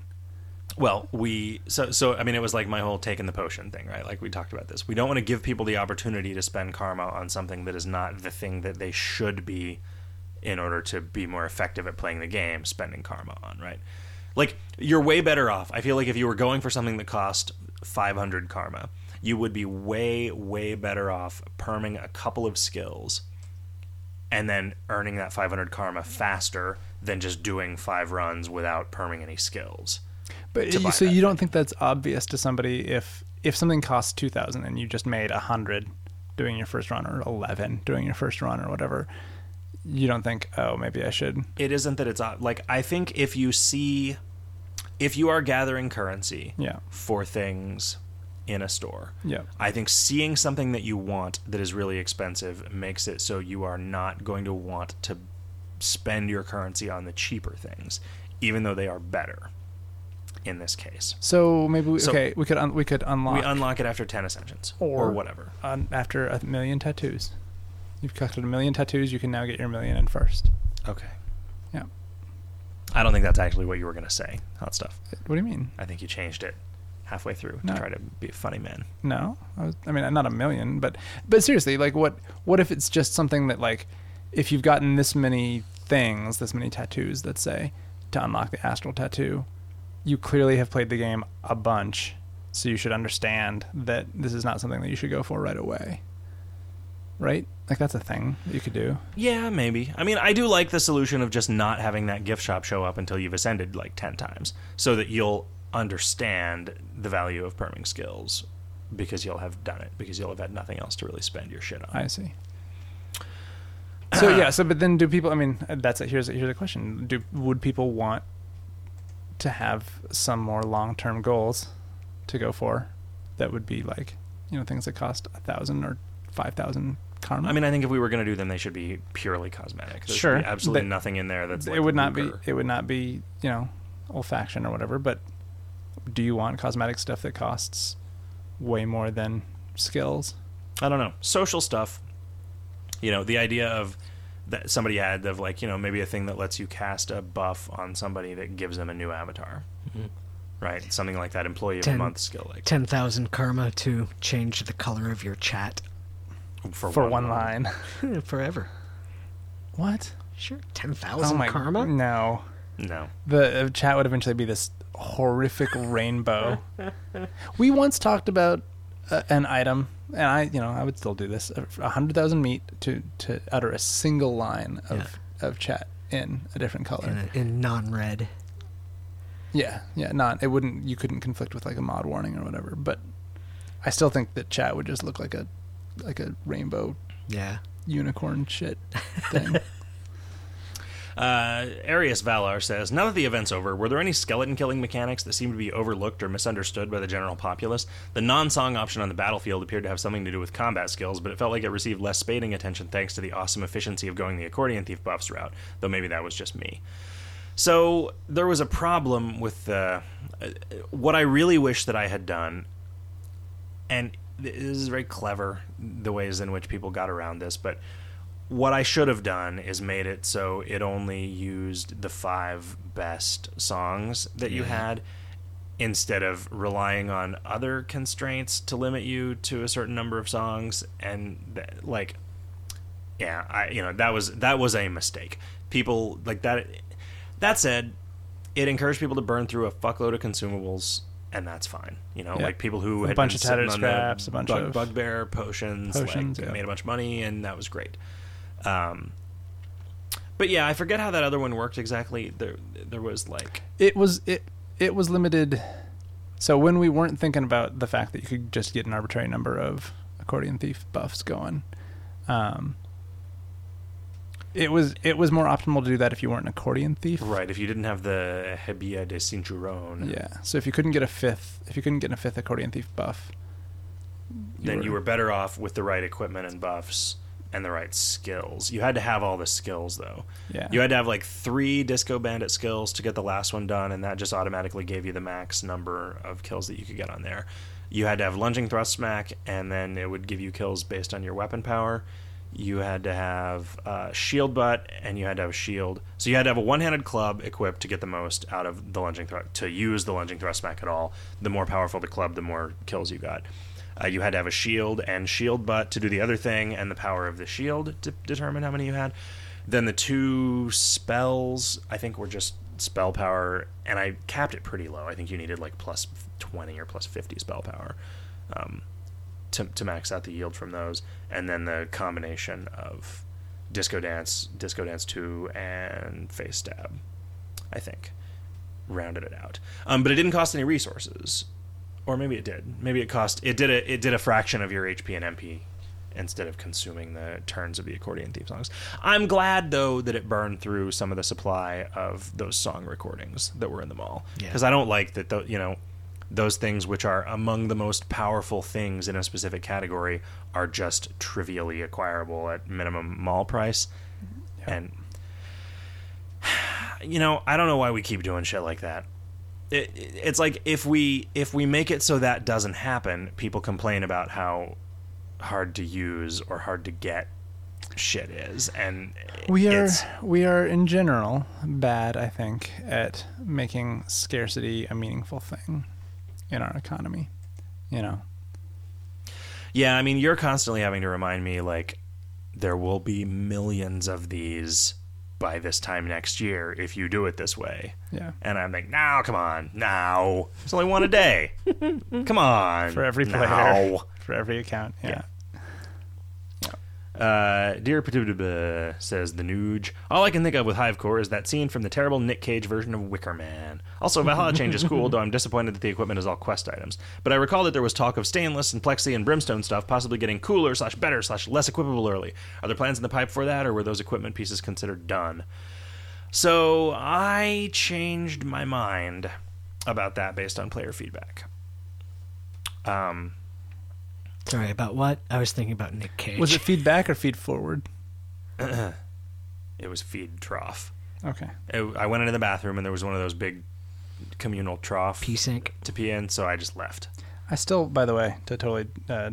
A: Well, we so so I mean it was like my whole taking the potion thing, right? Like we talked about this. We don't want to give people the opportunity to spend karma on something that is not the thing that they should be in order to be more effective at playing the game, spending karma on, right? Like you're way better off. I feel like if you were going for something that cost 500 karma, you would be way way better off perming a couple of skills and then earning that 500 karma faster than just doing five runs without perming any skills.
C: But
A: to buy
C: you, so
A: that
C: you don't think that's obvious to somebody if if something costs two thousand and you just made a hundred doing your first run or eleven doing your first run or whatever, you don't think oh maybe I should
A: It isn't that it's ob- like I think if you see if you are gathering currency
C: yeah
A: for things in a store.
C: yeah
A: I think seeing something that you want that is really expensive makes it so you are not going to want to spend your currency on the cheaper things, even though they are better in this case.
C: so maybe we,
A: So-
C: okay we could un- we could unlock
A: We unlock it after 10 ascensions or,
C: Or-
A: whatever.
C: un- after a million tattoos. You've collected a million tattoos. You can now get your million in first.
A: Okay.
C: Yeah.
A: I don't think that's actually what you were going to say. Hot stuff.
C: What do you mean?
A: I think you changed it halfway through to
C: No.
A: try to be a funny man.
C: No, I, was, I mean not a million, but but seriously, like what what if it's just something that like if you've gotten this many things, this many tattoos, let's say, to unlock the astral tattoo, you clearly have played the game a bunch, so you should understand that this is not something that you should go for right away. Right? Like that's a thing that you could do.
A: Yeah, maybe. I mean, I do like the solution of just not having that gift shop show up until you've ascended like 10 times so that you'll understand the value of perming skills because you'll have done it because you'll have had nothing else to really spend your shit on.
C: I see. So yeah, so but then do people? I mean, that's a, here's a, here's a question: Do would people want to have some more long term goals to go for? That would be like you know things that cost a thousand or five thousand karma.
A: I mean, I think if we were going to do them, they should be purely cosmetic. There
C: Sure.
A: should be absolutely
C: But
A: nothing in there that's. Like
C: it would not be
A: lucre.
C: it would not be you know olfaction or whatever. But do you want cosmetic stuff that costs way more than skills?
A: I don't know. Social stuff. You know, the idea of that somebody had of like, you know, maybe a thing that lets you cast a buff on somebody that gives them a new avatar. Right? Something like that. Employee of
B: Ten-
A: the month skill. Like,
B: 10,000 karma to change the color of your chat
A: for,
C: For one line.
B: forever.
C: What?
B: Sure.
C: Oh
B: 10,000
C: my
B: karma?
C: No.
A: No.
C: the uh, chat would eventually be this horrific rainbow. We once talked about uh, an item, and I, you know, I would still do this: a hundred thousand meat to to utter a single line of of chat in a different color.
B: In, in non red.
C: Yeah, yeah, not it wouldn't you couldn't conflict with like a mod warning or whatever, but I still think that chat would just look like a like a rainbow
B: Yeah.
C: unicorn shit thing.
A: Uh, Arius Valar says, now that the event's over, were there any skeleton killing mechanics that seemed to be overlooked or misunderstood by the general populace? The non-song option on the battlefield appeared to have something to do with combat skills, but it felt like it received less spading attention thanks to the awesome efficiency of going the accordion thief buffs route, though maybe that was just me. So there was a problem with uh, uh, what I really wish that I had done, and this is very clever the ways in which people got around this, but what I should have done is made it so it only used the five best songs that you had instead of relying on other constraints to limit you to a certain number of songs and th- like yeah i you know that was that was a mistake people like that that said it encouraged people to burn through a fuckload of consumables and that's fine you know
C: Yeah.
A: like people who
C: A
A: had
C: bunch
A: been
C: of tattered
A: sitting on the
C: scraps, a bunch
A: bug-
C: of-
A: bugbear potions,
C: Potions,
A: like
C: yeah.
A: made a bunch of money and that was great um but yeah i forget how that other one worked exactly there there was like
C: it was it it was limited so when we weren't thinking about the fact that you could just get an arbitrary number of accordion thief buffs going um it was it was more optimal to do that if you weren't an accordion thief
A: right if you didn't have the hebia de cinturon
C: yeah so if you couldn't get a fifth if you couldn't get a fifth accordion thief buff
A: then you were better off with the right equipment and buffs and the right skills. You had to have all the skills though.
C: yeah
A: You had to have like three disco bandit skills to get the last one done, and that just automatically gave you the max number of kills that you could get on there. You had to have lunging thrust smack, and then it would give you kills based on your weapon power. You had to have uh, shield butt, and you had to have a shield. So you had to have a one-handed club equipped to get the most out of the lunging thrust. To use the lunging thrust smack at all, the more powerful the club, the more kills you got. Uh, you had to have a shield and shield butt to do the other thing, and the power of the shield to determine how many you had. Then the two spells, I think, were just spell power, and I capped it pretty low. I think you needed like plus 20 or plus 50 spell power um, to, to max out the yield from those. And then the combination of Disco Dance, Disco Dance 2, and Face Stab, I think. Rounded it out. Um, but it didn't cost any resources. Or maybe it did. Maybe it cost it did a it did a fraction of your HP and MP instead of consuming the turns of the accordion theme songs. I'm glad though that it burned through some of the supply of those song recordings that were in the mall
B: Yeah.
A: because I don't like that. Th- you know, those things which are among the most powerful things in a specific category are just trivially acquirable at minimum mall price, and you know I don't know why we keep doing shit like that. It, it's like if we if we make it so that doesn't happen, people complain about how hard to use or hard to get shit is and
C: We are
A: it's-
C: we are in general bad, I think, at making scarcity a meaningful thing in our economy. You know,
A: yeah i mean you're constantly having to remind me like there will be millions of these by this time next year if you do it this way
C: yeah.
A: and i'm like now come on now it's only one a day come on
C: For every player,
A: now.
C: for every account, yeah.
A: Uh, Dear Patubba says the Nuge. All I can think of with Hivecore is that scene from the terrible Nick Cage version of Wicker Man. Also, Valhalla Change is cool, though I'm disappointed that the equipment is all quest items. But I recall that there was talk of stainless and plexi and brimstone stuff possibly getting cooler slash better slash less equipable early. Are there plans in the pipe for that, or were those equipment pieces considered done? So I changed my mind about that based on player feedback. Um,
B: Sorry about what? I was thinking about Nick Cage.
C: Was it feedback or feed forward?
A: it was feed trough.
C: Okay.
A: it- I went into the bathroom and there was one of those big communal trough
B: P Sync?
A: to pee in, so I just left.
C: I still, by the way, to totally uh,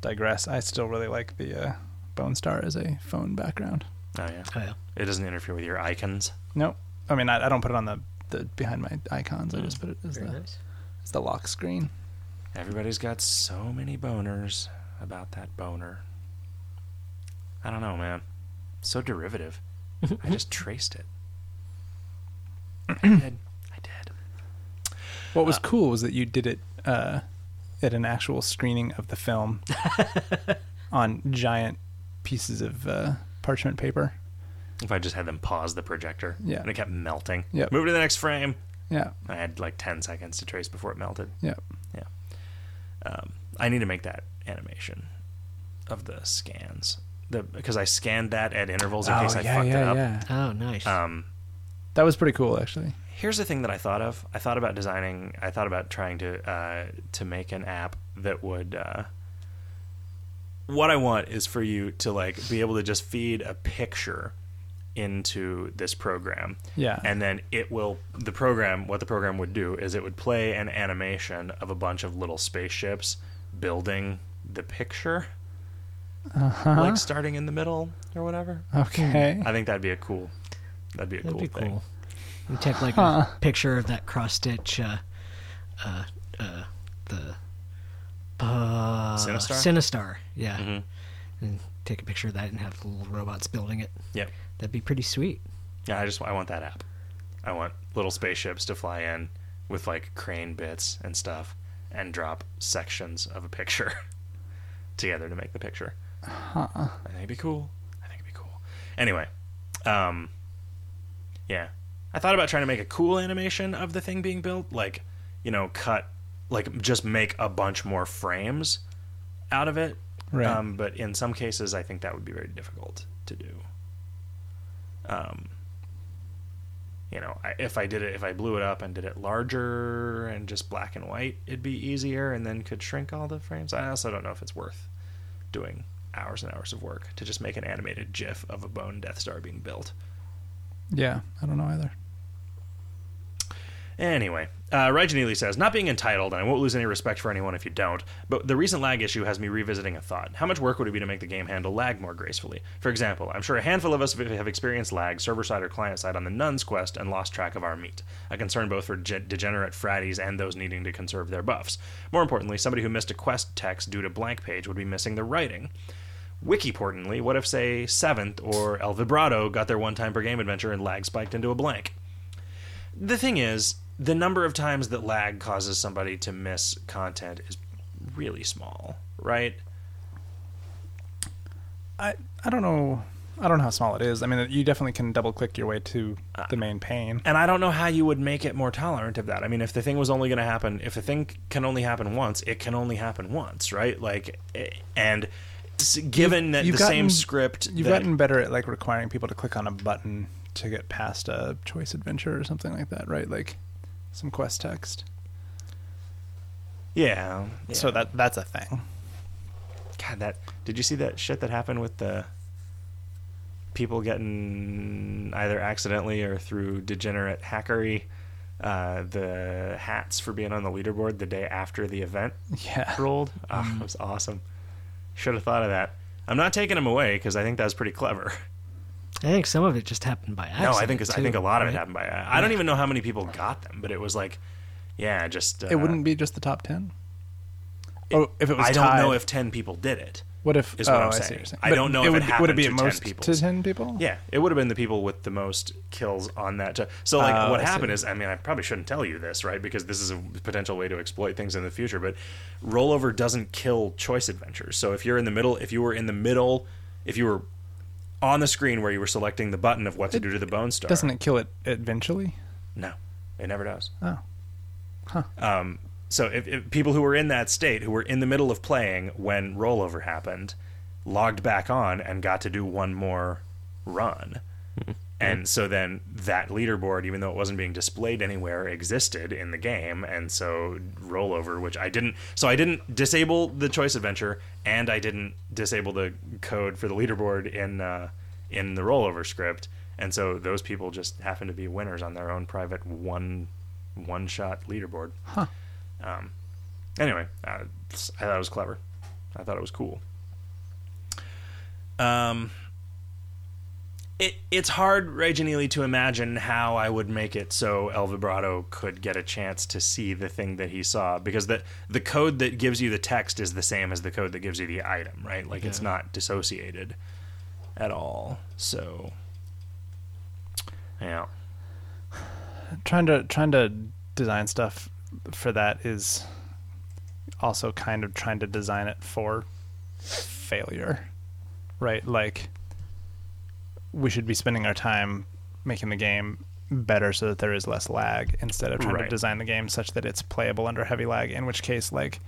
C: digress, I still really like the uh, Bone Star as a phone background.
A: Oh yeah,
B: Oh, yeah.
A: it doesn't interfere with your icons.
C: Nope. I mean, I, I don't put it on the, the behind my icons. I just put it as
B: Very
C: the,
B: nice.
C: as the lock screen.
A: Everybody's got so many boners about that boner. I don't know, man. So derivative. I just traced it. I did. I did.
C: What was cool was that you did it uh, at an actual screening of the film on giant pieces of uh, parchment paper.
A: If I just had them pause the projector,
C: Yeah.
A: and it kept melting.
C: Yep.
A: Move to the next frame.
C: Yeah,
A: I had like ten seconds to trace before it melted.
C: yeah.
A: um, I need to make that animation of the scans. The because I scanned that at intervals
C: Oh,
A: in case I fucked it up.
B: Oh,
C: Uh,
B: nice.
A: Um,
C: That was pretty cool, actually.
A: here's the thing that I thought of. I thought about designing. I thought about trying to uh, to make an app that would. Uh, what I want is for you to like be able to just feed a picture into this program.
B: Ah.
C: Yeah.
A: And then it will the program what the program would do is it would play an animation of a bunch of little spaceships building the picture.
C: Uh-huh.
A: Like starting in the middle or whatever.
C: okay.
A: I think that'd be a cool that'd be a
B: That'd
A: cool
B: be
A: thing.
B: cool. You take like a picture of that cross stitch, uh, uh, uh, the uh,
A: Sinistar?
B: Sinistar, yeah.
A: Mhm.
B: And take a picture of that and have little robots building it.
A: Yep.
B: That'd be pretty sweet.
A: Yeah, I just I want that app. I want little spaceships to fly in with like crane bits and stuff and drop sections of a picture together to make the picture. Huh. I think it'd be cool. I think it'd be cool. Anyway, um yeah. I thought about trying to make a cool animation of the thing being built, like, you know, cut like just make a bunch more frames out of it.
C: Right.
A: Um, but in some cases I think that would be very difficult to do. Um you know, I, if I did it, if I blew it up and did it larger and just black and white, it'd be easier and then could shrink all the frames. I also don't know if it's worth doing hours and hours of work to just make an animated GIF of a bone Death Star being built.
C: Yeah, I don't know either.
A: Anyway, uh, Reg Neely says, not being entitled, and I won't lose any respect for anyone if you don't, but the recent lag issue has me revisiting a thought. How much work would it be to make the game handle lag more gracefully? For example, I'm sure a handful of us have experienced lag, server side or client side, on the Nuns quest and lost track of our meat. A concern both for ge- degenerate fratties and those needing to conserve their buffs. More importantly, somebody who missed a quest text due to blank page would be missing the writing. Wikiportantly, what if, say, Seventh or El Vibrato got their one time per game adventure and lag spiked into a blank? the thing is, the number of times that lag causes somebody to miss content is really small, right?
C: I I don't know. I don't know how small it is. I mean, you definitely can double click your way to
A: Uh,
C: the main pane.
A: And I don't know how you would make it more tolerant of that. I mean, if the thing was only going to happen, if the thing can only happen once, it can only happen once, right? Like, eh, and s- given that
C: you've
A: the
C: gotten-
A: same script,
C: You've
A: that,
C: gotten better at like requiring people to click on a button to get past a choice adventure or something like that, right? Like some quest text.
A: yeah,
C: So
A: So that
C: that that's a thing.
A: God, that did you see that shit that happened with the people getting either accidentally or through degenerate hackery uh, the hats for being on the leaderboard the day after the event?
C: Yeah.
A: rolled. Ah, that was awesome. Should have thought of that. I'm not taking them away because I think that's pretty clever.
B: I think some of it just happened by accident.
A: No, I think it's- I
B: too,
A: think a lot of it
B: right?
A: happened by. I don't even know how many people got them, but it was like, yeah, just uh,
C: It wouldn't be just the top ten. Oh, if it was
A: I don't know
C: tied,
A: if ten people did it.
C: what if
A: is what
C: oh,
A: I'm
C: I see
A: saying.
C: what you're saying.
A: I
C: But
A: don't know if it
C: would, would
A: happened
C: it be
A: to
C: at
A: 10
C: most
A: people.
C: to ten people.
A: Yeah, it would have been the people with the most kills on that. T- so, like,
C: Oh,
A: what
C: I
A: happened
C: see.
A: is, I mean, I probably shouldn't tell you this, right? Because this is a potential way to exploit things in the future. But rollover doesn't kill choice adventures. So if you're in the middle, if you were in the middle, if you were on the screen where you were selecting the button of what to do to the Bone Star,
C: Doesn't it kill it eventually?
A: No, it never does.
C: Oh.
A: Um, so if, if people who were in that state, who were in the middle of playing when rollover happened, logged back on and got to do one more run. And so then that leaderboard, even though it wasn't being displayed anywhere, existed in the game. And so rollover, which I didn't, so I didn't disable the choice adventure, and I didn't disable the code for the leaderboard in uh, in the rollover script. And so those people just happen to be winners on their own private one one shot leaderboard. Huh. Um, anyway, uh, I thought it was clever. I thought it was cool. Um, it it's hard, Raging Ely, to imagine how I would make it so El Vibrato could get a chance to see the thing that he saw because the the code that gives you the text is the same as the code that gives you the item, right? Like it's not dissociated at all. So, yeah.
C: trying to trying to design stuff for that is also kind of trying to design it for failure right like we should be spending our time making the game better so that there is less lag instead of trying
A: Right.
C: to design the game such that it's playable under heavy lag in which case like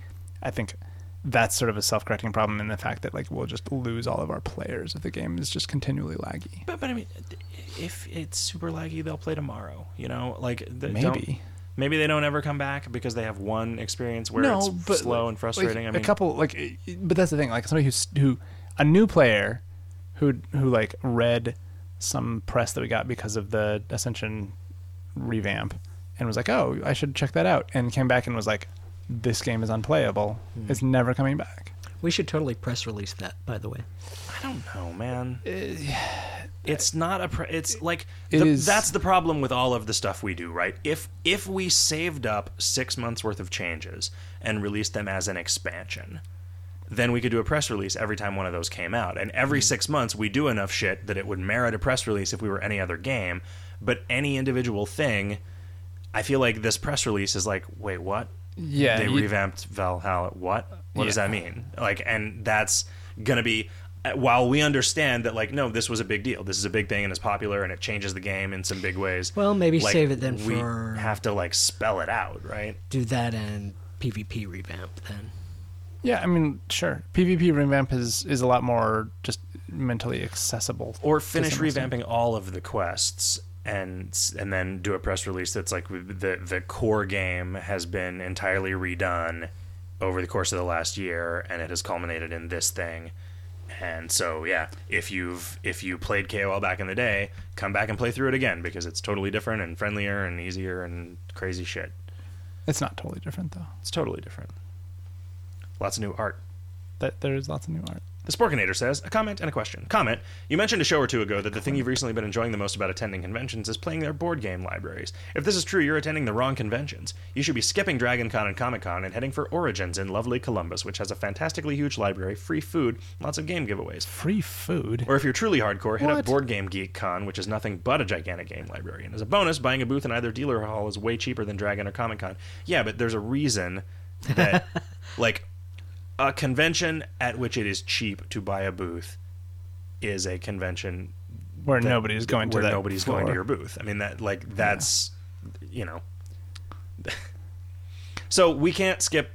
C: i think that's sort of a self-correcting problem in the fact that like we'll just lose all of our players if the game is just continually laggy
A: But, but I mean, if it's super laggy, they'll play tomorrow. You know, like the,
C: Maybe.
A: don't- maybe they don't ever come back because they have one experience where it's slow
C: like-
A: and frustrating.
C: like,
A: I mean,
C: a couple like, i- i- but that's the thing. Like somebody who's who, a new player, who who like read some press that we got because of the Ascension revamp, and was like, oh, I should check that out, and came back and was like, this game is unplayable.
A: Hmm.
C: It's never coming back.
B: We should totally press release that, by the way.
A: I don't know, man. it's not a. Pr- it's like
C: Uh, It
A: the,
C: is-
A: that's the problem with all of the stuff we do, right? If if we saved up six months worth of changes and released them as an expansion, then we could do a press release every time one of those came out. And every
C: Mm-hmm.
A: six months, we do enough shit that it would merit a press release if we were any other game. But any individual thing, I feel like this press release is like, wait, what?
C: Yeah,
A: they
C: you-
A: revamped Valhalla. What? What does
C: Yeah.
A: that mean? Like, and that's gonna be. While we understand that, like, no, this was a big deal. This is a big thing, and it's popular, and it changes the game in some big ways.
B: Well, maybe
A: like,
B: save it then
A: we
B: for-
A: have to like spell it out, right?
B: Do that and PvP revamp then.
C: Yeah, I mean, sure. PvP revamp is is a lot more just mentally accessible.
A: or
C: to
A: finish
C: some extent.
A: revamping all of the quests and and then do a press release that's like we- the the core game has been entirely redone over the course of the last year and it has culminated in this thing and so yeah if you've if you played KOL back in the day come back and play through it again because it's totally different and friendlier and easier and crazy shit
C: It's not totally different though.
A: it's totally different lots of new art
C: That there is lots of new art.
A: the Sporkinator says, a comment and a question. Comment. You mentioned a show or two ago that the thing you've recently been enjoying the most about attending conventions is playing their board game libraries. If this is true, you're attending the wrong conventions. You should be skipping Dragon Con and Comic Con and heading for Origins in lovely Columbus, which has a fantastically huge library, free food, lots of game giveaways.
C: Free food.
A: Or if you're truly hardcore, hit up
C: What?
A: Board Game Geek Con, which is nothing but a gigantic game library. And as a bonus, buying a booth in either dealer hall is way cheaper than Dragon or Comic Con. Yeah, but there's a reason that, like, a convention at which it is cheap to buy a booth is a convention
C: where
A: that-
C: nobody's going to
A: where
C: that
A: nobody's
C: floor.
A: going to your booth. I mean that like that's you know. so we can't skip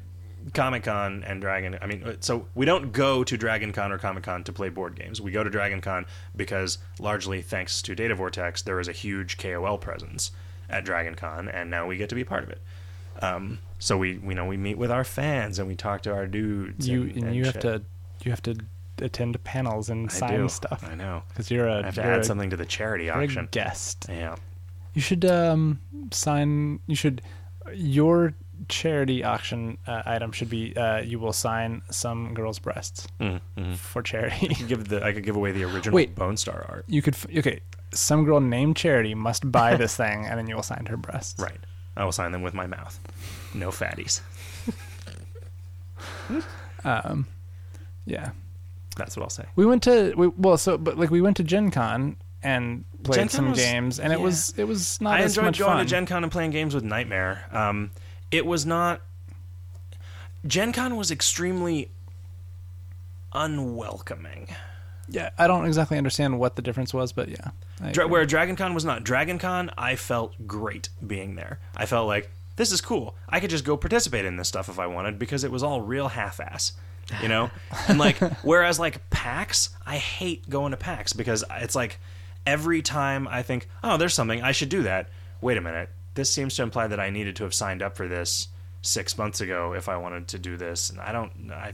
A: Comic Con and Dragon. I mean, uh, so we don't go to Dragon Con or Comic Con to play board games. We go to Dragon Con because largely thanks to Data Vortex, there is a huge KOL presence at Dragon Con, and now we get to be a part of it. Um, so we, we know we meet with our fans and we talk to our dudes.
C: You
A: and,
C: and, you have
A: shit.
C: to you have to attend panels and
A: I
C: sign
A: do.
C: stuff
A: I know.
C: because you're a
A: I have to
C: you're
A: add
C: a-
A: something to the charity
C: you're a
A: auction.
C: guest.
A: Yeah.
C: You should um, sign. You should your charity auction uh, item should be uh, you will sign some girl's breasts
A: Mm, mm-hmm.
C: for charity.
A: give the I could give away the original
C: Wait.
A: Bone Star art.
C: you could f- okay. Some girl named Charity must buy this thing, and then you will sign her breasts.
A: Right. I will sign them with my mouth. No fatties.
C: Yeah.
A: That's what I'll say.
C: We went to we, well, so but like we went to Gen Con and played
A: Gen Con
C: some
A: was-
C: games, and it
A: yeah.
C: was it was not
A: I
C: as
A: enjoyed
C: Oh, much
A: going
C: fun.
A: to Gen Con and playing games with Nightmare. Um, it was not Gen Con was extremely unwelcoming.
C: yeah, I don't exactly understand what the difference was, but yeah. I
A: Dra-
C: agree.
A: where Dragon Con was not Dragon Con, I felt great being there. I felt like this is cool. I could just go participate in this stuff if I wanted because it was all real half-ass, you know. and like, whereas like PAX, I hate going to PAX because it's like every time I think, oh, there's something I should do that. Wait a minute, this seems to imply that I needed to have signed up for this six months ago if I wanted to do this, and I don't. I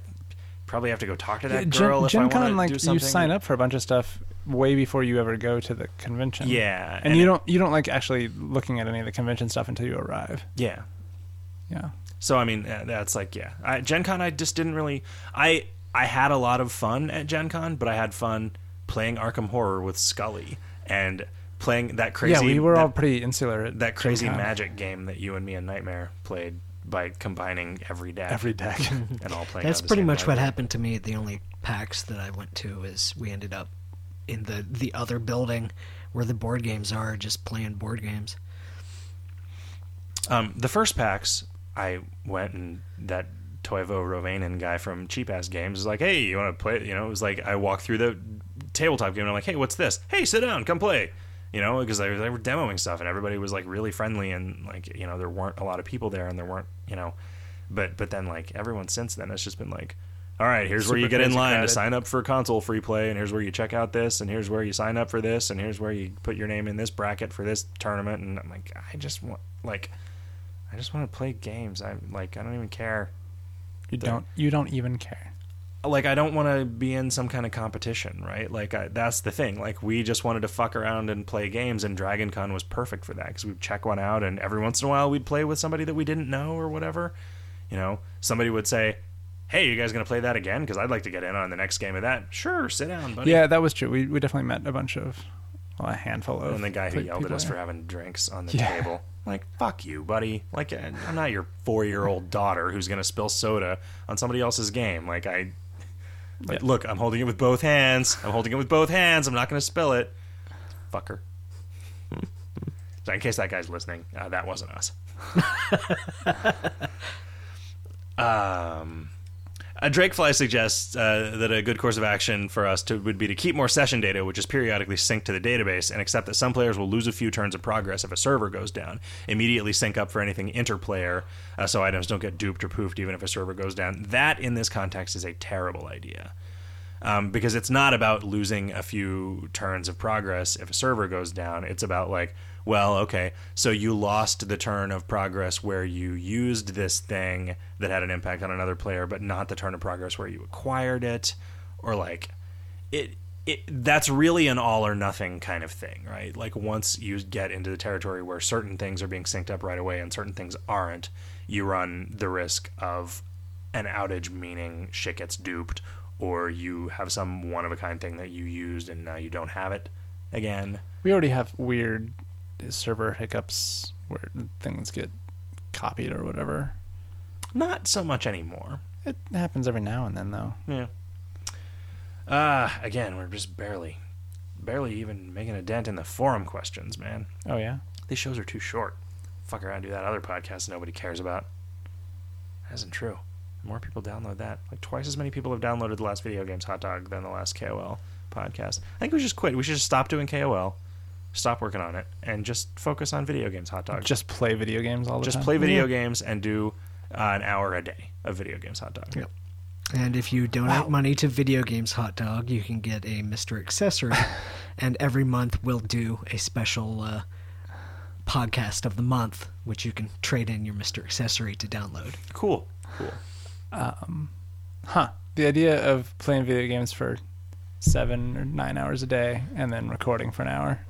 A: probably have to go talk to that
C: Gen,
A: girl if
C: Gen
A: I want
C: Con,
A: to
C: like
A: do something.
C: you sign up for a bunch of stuff way before you ever go to the convention.
A: Yeah,
C: and,
A: and
C: you
A: it-
C: don't you don't like actually looking at any of the convention stuff until you arrive.
A: Yeah,
C: Yeah,
A: So I mean, uh, that's like yeah. I, Gen Con, I just didn't really. I I had a lot of fun at Gen Con, but I had fun playing Arkham Horror with Scully and playing that crazy.
C: yeah, we were
A: that,
C: all pretty insular. At
A: that crazy
C: Gen Con.
A: magic game that you and me and Nightmare played by combining every deck,
C: every deck.
A: and all playing.
B: That's
A: on the
B: pretty
A: same
B: much what
A: library.
B: happened to me at the only PAX that I went to is we ended up in the the other building where the board games are, just playing board games.
A: Um, the first packs, I went and that Toivo Rovanen guy from Cheap Ass Games was like, "Hey, you want to play?" You know, it was like I walked through the tabletop game and I'm like, "Hey, what's this? Hey, sit down, come play." You know, because they, they were demoing stuff and everybody was like really friendly and like you know there weren't a lot of people there and there weren't you know, but but then like everyone since then it's just been like. All right, here's where
C: Super
A: you get in
C: crazy
A: line
C: crowded.
A: to sign up for console free play, and here's where you check out this, and here's where you sign up for this, and here's where you put your name in this bracket for this tournament. And I'm like, I just want, like, I just want to play games. I'm like, I don't even care.
C: You don't you don't even care.
A: Like, I don't want to be in some kind of competition, right? Like, I, that's the thing. Like, we just wanted to fuck around and play games, and Dragon Con was perfect for that because we'd check one out, and every once in a while we'd play with somebody that we didn't know or whatever. You know, somebody would say, Hey, you guys going to play that again? Because I'd like to get in on the next game of that. Sure, sit down, buddy.
C: Yeah, that was true. We we definitely met a bunch of well, a handful of
A: And the guy who
C: pe-
A: yelled at
C: people
A: us
C: there.
A: for having drinks on the
C: Yeah.
A: table. Like, fuck you, buddy. Like, I- I'm not your four year old daughter who's going to spill soda on somebody else's game. Like, I. Like,
C: Yeah.
A: look, I'm holding it with both hands. I'm holding it with both hands. I'm not going to spill it. Fucker. so, in case that guy's listening, uh, that wasn't us. um. Uh, Drakefly suggests uh, that a good course of action for us to, would be to keep more session data, which is periodically synced to the database, and accept that some players will lose a few turns of progress if a server goes down. Immediately sync up for anything interplayer, uh, so items don't get duped or poofed even if a server goes down. That, in this context, is a terrible idea. Um, because it's not about losing a few turns of progress if a server goes down. It's about, like, well, okay, so you lost the turn of progress where you used this thing that had an impact on another player, but not the turn of progress where you acquired it, or like, it it that's really an all or nothing kind of thing, right? Like once you get into the territory where certain things are being synced up right away and certain things aren't, you run the risk of an outage meaning shit gets duped or you have some one of a kind thing that you used and now you don't have it again.
C: We already have weird server hiccups where things get copied or whatever.
A: Not so much anymore.
C: It happens every now and then though.
A: Yeah. Uh again, we're just barely barely even making a dent in the forum questions, man.
C: Oh yeah.
A: These shows are too short. Fuck around, do that other podcast nobody cares about. That isn't true. More people download that. Like twice as many people have downloaded the last video games hot dog than the last KOL, podcast. I think we should just quit. We should just stop doing KOL, stop working on it, and just focus on video games, hot dog. Just,
C: Just play video games all the time.
A: play video games and do uh, an hour a day of video games, hot dog.
B: Yep. And if you donate money to Video Games Hot Dog, you can get a Mr. Accessory. and every month we'll do a special uh, podcast of the month, which you can trade in your Mr. Accessory to download.
A: Cool. Cool.
C: Huh. The idea of playing video games for seven or nine hours a day and then recording for an hour.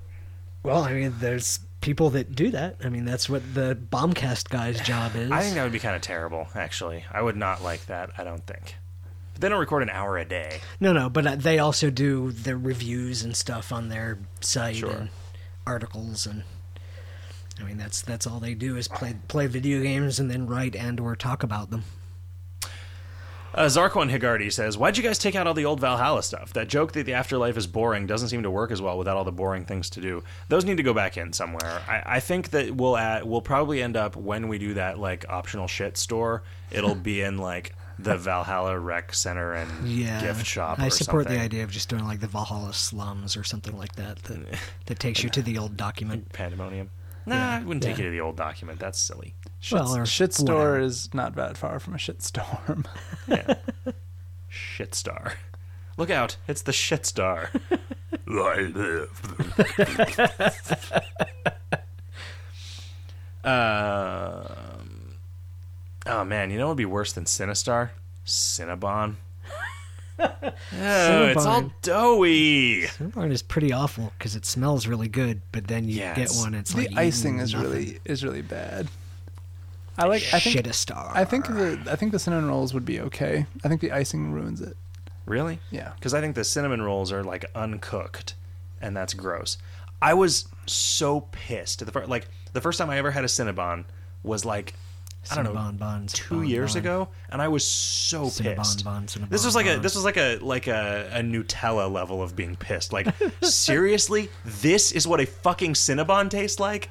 B: Well, I mean, there's people that do that. I mean, that's what the Bombcast guy's job is.
A: I think that would be kind of terrible, actually. I would not like that, I don't think. But they don't record an hour a day.
B: No, no, but uh, they also do their reviews and stuff on their site
A: Sure.
B: and articles and I mean that's that's all they do is play play video games and then write and or talk about them.
A: Uh, Zarquan Higardi says, Why'd you guys take out all the old Valhalla stuff? That joke that the afterlife is boring doesn't seem to work as well without all the boring things to do. Those need to go back in somewhere. I, I think that we'll add, we'll probably end up when we do that like optional shit store, it'll be in like the Valhalla Rec Center and
B: Yeah,
A: gift shop.
B: I
A: or
B: support
A: something.
B: the idea of just doing like the Valhalla slums or something like that that, that takes you to the old document.
A: Pandemonium. Nah, I wouldn't take you to the old document. That's silly.
C: Shit,
B: Well, or
C: shit
B: whatever.
C: store is not that far from a shit storm.
A: Shit star. Look out! It's the shit star. I live. um, oh man, you know what would be worse than Sinistar? Cinnabon. oh, it's all
B: Cinnabon.
A: dough-y.
B: Cinnabon is pretty awful because it smells really good, but then you
A: Yeah,
B: get
A: it's-
B: one. It's
C: the
B: like
C: icing
B: mm,
C: is
B: nothing.
C: really is really bad. I like I think
B: shit a star.
C: I think the I think the cinnamon rolls would be okay. I think the icing ruins it.
A: Really?
C: Yeah.
A: Because I think the cinnamon rolls are like uncooked, and that's gross. I was so pissed at the first, like the first time I ever had a Cinnabon was like I don't know
B: Cinnabon buns,
A: two
B: bon
A: years
B: bon.
A: ago, and I was so
B: Cinnabon
A: pissed.
B: bon, Cinnabon
A: this was like a
B: bon.
A: this was like a like a, a Nutella level of being pissed. Like seriously, this is what a fucking Cinnabon tastes like.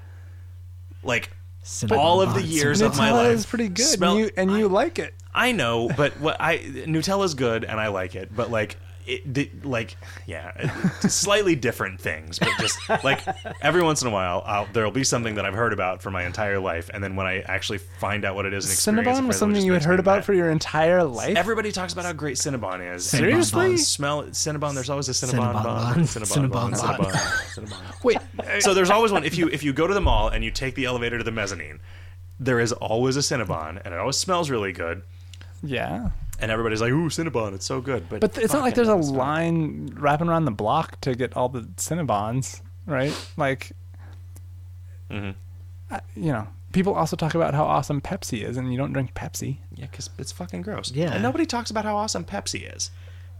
A: Like
B: Cinnabon
A: all of the
B: bon,
A: years
B: Cinnabon
A: of my
C: Nutella
A: life
C: is pretty good,
A: smell-
C: and you and you like it.
A: I know, but what I Nutella's good and I like it, but like it the, like yeah, it- slightly different things, but just like every once in a while I'll, there'll be something that I've heard about for my entire life and then when I actually find out what it is and experience it
C: Cinnabon
A: for
C: was
A: it, it
C: something
A: just
C: you had
A: makes me
C: heard about
A: mad.
C: for your entire life.
A: Everybody talks about how great Cinnabon is.
B: Cinnabon
C: Seriously?
A: And
B: buns.
A: smell Cinnabon, there's always a Cinnabon,
B: Cinnabon
A: bun.
B: bun.
A: Cinnabon bun.
B: Cinnabon
A: Cinnabon.
B: bun.
A: Cinnabon.
C: Wait,
A: So there's always one. If you if you go to the mall and you take the elevator to the mezzanine, there is always a Cinnabon, and it always smells really good.
C: yeah.
A: And everybody's like, "Ooh, Cinnabon, it's so good." But
C: But th- it's not like
A: fucking
C: there's a
A: it's not.
C: line wrapping around the block to get all the Cinnabons, right? Like,
A: Mm-hmm.
C: I- you know, people also talk about how awesome Pepsi is, and you don't drink Pepsi.
A: Yeah, because it's fucking gross.
B: Yeah. Oh.
A: And nobody talks about how awesome Pepsi is.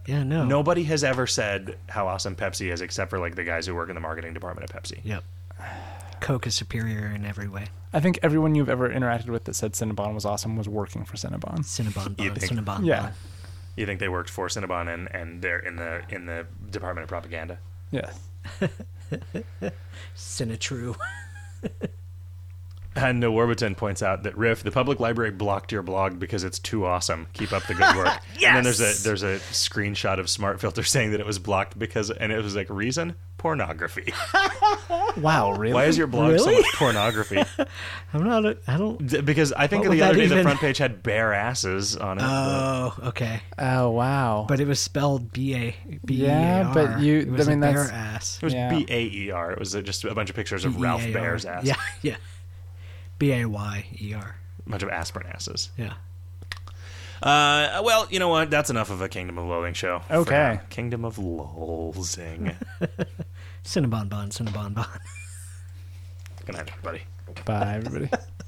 B: Yeah, no.
A: Nobody has ever said how awesome Pepsi is, except for like the guys who work in the marketing department at Pepsi.
B: Yep. Coke is superior in every way.
C: I think everyone you've ever interacted with that said Cinnabon was awesome was working for Cinnabon.
B: Cinnabon
A: You
B: bun,
A: think-
B: Cinnabon
C: Yeah,
B: bun.
A: You think they worked for Cinnabon and and they're in the in the department of propaganda?
C: yeah.
B: Cinnatru.
A: And No Warburton points out that Riff, the public library blocked your blog because it's too awesome. Keep up the good work. And then there's a
B: Yes!
A: there's a screenshot of Smart Filter saying that it was blocked because and it was like reason pornography.
C: Wow, really?
A: Why is your blog so
B: Really?
A: much pornography?
B: I'm not. A, I don't.
A: D- because I think
B: What would
A: the other
B: that
A: day the
B: even-
A: front page had bare asses on it. but-
B: Oh, okay.
C: Oh wow.
B: But it was spelled B A B E A R.
C: Yeah, but you-
B: It was
C: I mean,
B: a
C: that's-
B: bear ass.
A: it was
C: yeah.
A: B A E R. It was uh, just a bunch of pictures of Ralph
B: B A E R.
A: Bear's ass.
B: Yeah, yeah. B a y e r.
A: A bunch of aspirin asses.
B: Yeah.
A: Uh, well, you know what? That's enough of a Kingdom of Loathing show. for
C: Okay.
A: now. Kingdom of Lolzing.
B: Cinnabon bun, Cinnabon bun.
A: good night, everybody.
C: Bye, everybody.